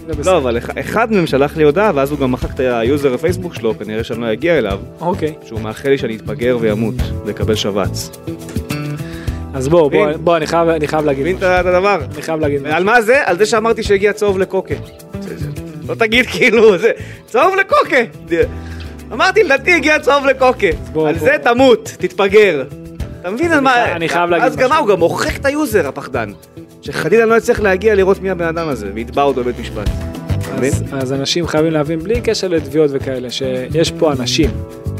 Speaker 3: זה בסדר.
Speaker 2: לא, אבל אח- אחד מהם שלח לי הודעה, ואז הוא גם מחק את היוזר הפייסבוק שלו, כנראה שאני לא אגיע אליו,
Speaker 3: אוקיי.
Speaker 2: שהוא מאחל לי שאני אתבגר וימות, ויקבל שבץ.
Speaker 3: אז בוא, בוא,
Speaker 2: מבין?
Speaker 3: בוא, אני חייב- אני חייב להגיד
Speaker 2: מבין את
Speaker 3: משהו.
Speaker 2: ה- את הדבר?
Speaker 3: אני חייב להגיד משהו.
Speaker 2: ועל מה זה? על זה שאמרתי שהגיע צהוב לקוקה. זה- זה- לא תגיד כאילו, זה צהוב לקוקה. זה- אמרתי, לדעתי הגיע צהוב לקוקה.
Speaker 3: בוא,
Speaker 2: על
Speaker 3: בוא.
Speaker 2: זה תמות, תתפגר. אתה מבין על
Speaker 3: חי-
Speaker 2: מה...
Speaker 3: אני חייב להגיד
Speaker 2: אז גם
Speaker 3: משהו.
Speaker 2: מה, הוא גם מוחק את היוזר, הפחדן. שחלילה לא יצליח להגיע לראות מי הבן אדם הזה, ויתבע אותו בבית משפט. אתה מבין?
Speaker 3: אז, אז אנשים חייבים להבין, בלי קשר לתביעות וכאלה, שיש פה אנשים.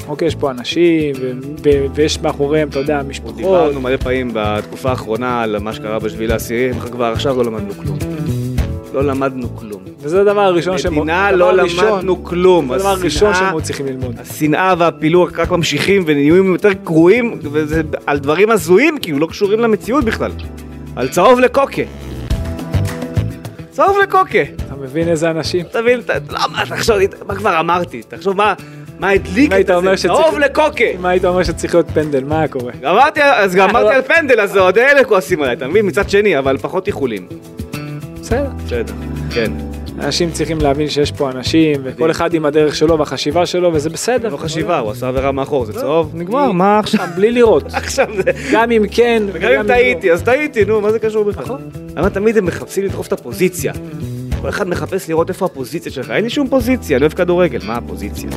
Speaker 3: אוקיי, יש פה אנשים, ו- ו- ויש מאחוריהם, אתה יודע, משפחות.
Speaker 2: דיברנו מלא פעמים בתקופה האחרונה על מה שקרה בשביל העשירי, אנחנו כבר עכשיו לא למדנו כלום. לא למדנו כלום.
Speaker 3: וזה הדבר הראשון שהם...
Speaker 2: מדינה
Speaker 3: הדבר
Speaker 2: לא
Speaker 3: הראשון-
Speaker 2: למדנו כלום.
Speaker 3: זה הדבר הראשון
Speaker 2: השנאה-
Speaker 3: שהם עוד צריכים ללמוד.
Speaker 2: השנאה והפילוג רק ממשיכים ונהיים יותר גרועים, וזה על דברים הזויים, כאילו לא קשורים למציאות בכלל. על צהוב לקוקה. צהוב לקוקה.
Speaker 3: אתה מבין איזה אנשים?
Speaker 2: תבין, ת- לא, מה תחשוב, מה כבר אמרתי? תחשוב מה, מה הדליק
Speaker 3: אם היית
Speaker 2: את
Speaker 3: אומר
Speaker 2: זה?
Speaker 3: שצריך-
Speaker 2: צהוב לקוקה.
Speaker 3: אם היית אומר שצריך להיות פנדל, מה היה קורה?
Speaker 2: אמרתי, אז גם אמרתי על פנדל, אז עוד אלה כועסים עליי, אתה מבין? מצד שני, אבל פחות איחולים.
Speaker 3: בסדר.
Speaker 2: בסדר. כן.
Speaker 3: אנשים צריכים להבין שיש פה אנשים, וכל אחד עם הדרך שלו והחשיבה שלו, וזה בסדר.
Speaker 2: לא חשיבה, הוא עשה עבירה מאחור,
Speaker 3: לא,
Speaker 2: זה צהוב, נגמר,
Speaker 3: בלי-
Speaker 2: מה עכשיו?
Speaker 3: בלי לראות.
Speaker 2: עכשיו זה...
Speaker 3: גם אם כן,
Speaker 2: וגם אם
Speaker 3: לא.
Speaker 2: טעיתי, אז טעיתי, נו, מה זה קשור בכלל?
Speaker 3: נכון.
Speaker 2: למה תמיד הם מחפשים לדחוף את הפוזיציה? כל אחד מחפש לראות איפה הפוזיציה שלך, אין לי שום פוזיציה, אני אוהב כדורגל, מה הפוזיציה?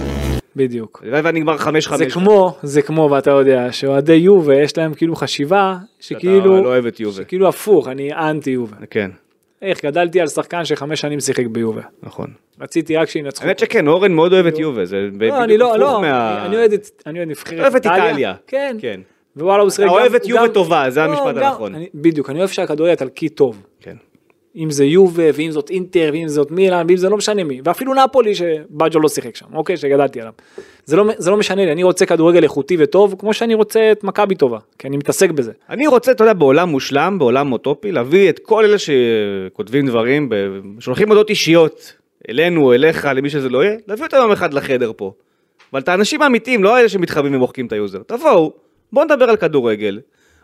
Speaker 3: בדיוק.
Speaker 2: הלוואי ואני נגמר חמש חמש.
Speaker 3: זה כמו, זה כמו, ואתה יודע, שאוהדי יובה יש להם כאילו חשיבה
Speaker 2: אתה לא
Speaker 3: שכאילו,
Speaker 2: אוהב את יובל.
Speaker 3: כאילו הפוך, אני אנטי יובה.
Speaker 2: כן,
Speaker 3: איך, גדלתי על שחקן שחמש שנים שיחק ביובה.
Speaker 2: נכון.
Speaker 3: רציתי רק שינצחו.
Speaker 2: האמת שכן, אורן מאוד אוהב את יובל, זה
Speaker 3: לא, אני
Speaker 2: בדיוק
Speaker 3: לא,
Speaker 2: הפוך
Speaker 3: לא,
Speaker 2: מה-
Speaker 3: אני- אני אוהד את אני אוהד נבחרת
Speaker 2: אתה אוהב את איטליה.
Speaker 3: כן.
Speaker 2: כן.
Speaker 3: ווואלה, הוא שיחק
Speaker 2: אתה
Speaker 3: גם-
Speaker 2: אוהב את
Speaker 3: הוא
Speaker 2: יובה
Speaker 3: גם-
Speaker 2: טובה, זה
Speaker 3: לא,
Speaker 2: המשפט
Speaker 3: גם-
Speaker 2: הנכון.
Speaker 3: אני- בדיוק, אני אוהב שהכדורגל האיטלקי טוב.
Speaker 2: כן.
Speaker 3: אם זה יובה, ואם זאת אינטר, ואם זאת מילאן, ואם זה לא משנה מי, ואפילו נפולי שבאג'ו לא שיחק שם, אוקיי, שגדלתי עליו. זה לא, זה לא משנה לי, אני רוצה כדורגל איכותי וטוב, כמו שאני רוצה את מכבי טובה, כי אני מתעסק בזה.
Speaker 2: אני רוצה, אתה יודע, בעולם מושלם, בעולם אוטופי, להביא את כל אלה שכותבים דברים, ב- שולחים הודעות אישיות, אלינו, אליך, למי שזה לא יהיה, להביא אותם יום אחד לחדר פה. אבל את האנשים האמיתיים, לא אלה שמתחבאים ומוחקים את היוזר. תבואו, בואו נדבר על כדורגל,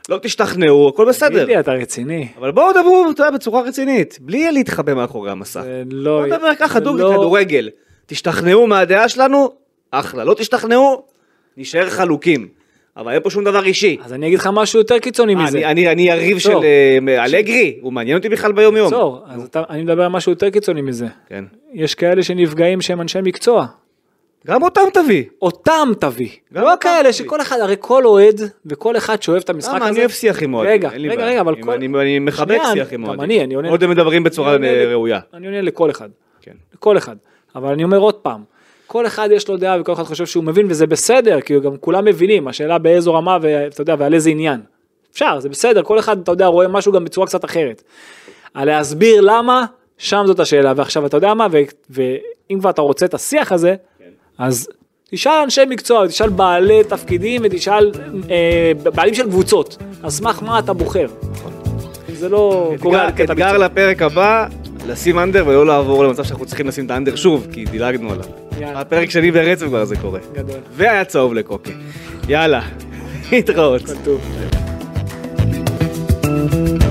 Speaker 2: לא תשתכנעו, הכל בסדר.
Speaker 3: תגיד לי, אתה רציני.
Speaker 2: אבל בואו דברו, אתה יודע, בצורה רצינית, בלי להתחבא מאחורי המסך.
Speaker 3: זה לא...
Speaker 2: בואו נדבר ככה,
Speaker 3: זה
Speaker 2: דוגרי,
Speaker 3: לא-
Speaker 2: כדורגל. תשתכנעו מהדעה שלנו, אחלה. לא תשתכנעו, נישאר חלוקים. אבל אין פה שום דבר אישי.
Speaker 3: אז אני אגיד לך משהו יותר קיצוני
Speaker 2: אה,
Speaker 3: מזה.
Speaker 2: אני- אני אני יריב של
Speaker 3: טוב.
Speaker 2: אה, אלגרי, הוא מעניין אותי בכלל ביום יום.
Speaker 3: עצור, אז אתה- אני מדבר על משהו יותר קיצוני מזה.
Speaker 2: כן.
Speaker 3: יש כאלה שנפגעים שהם אנשי מקצוע.
Speaker 2: גם אותם תביא.
Speaker 3: אותם תביא.
Speaker 2: גם
Speaker 3: לא
Speaker 2: אותם
Speaker 3: כאלה
Speaker 2: תביא.
Speaker 3: שכל אחד, הרי כל אוהד וכל אחד שאוהב את המשחק הזה.
Speaker 2: למה אני אוהב שיח עם אוהדים.
Speaker 3: רגע,
Speaker 2: אין לי
Speaker 3: רגע,
Speaker 2: בעיה.
Speaker 3: רגע, אבל
Speaker 2: אם
Speaker 3: כל...
Speaker 2: אני אני מחבק
Speaker 3: שנייה,
Speaker 2: שיח עם
Speaker 3: גם
Speaker 2: אוהדים.
Speaker 3: אני, אני עונה-
Speaker 2: עוד הם מדברים בצורה
Speaker 3: אני עונה-
Speaker 2: אה, ראויה.
Speaker 3: אני עונה לכל אחד.
Speaker 2: כן.
Speaker 3: לכל אחד. אבל אני אומר עוד פעם, כל אחד יש לו דעה וכל אחד חושב שהוא מבין וזה בסדר, כי גם כולם מבינים, השאלה באיזו רמה ואתה יודע, ועל איזה עניין. אפשר, זה בסדר, כל אחד, אתה יודע, רואה משהו גם בצורה קצת אחרת. על להסביר למה, שם זאת השאלה, ועכשיו אתה יודע מה, ו- ואם כבר אתה רוצה את השיח הזה,
Speaker 2: כן.
Speaker 3: אז תשאל אנשי מקצוע, תשאל בעלי תפקידים ותשאל אה, בעלים של קבוצות, על סמך מה אתה בוחר. זה לא קורה על
Speaker 2: נכון. אתגר-
Speaker 3: קטע
Speaker 2: אתגר
Speaker 3: מקצועי.
Speaker 2: לפרק הבא, לשים אנדר ולא לעבור למצב שאנחנו צריכים לשים את האנדר שוב, כי דילגנו עליו.
Speaker 3: יאללה.
Speaker 2: הפרק שני ברצף כבר זה קורה.
Speaker 3: גדול.
Speaker 2: והיה צהוב לקוקי. יאללה, להתראות.
Speaker 3: כל טוב.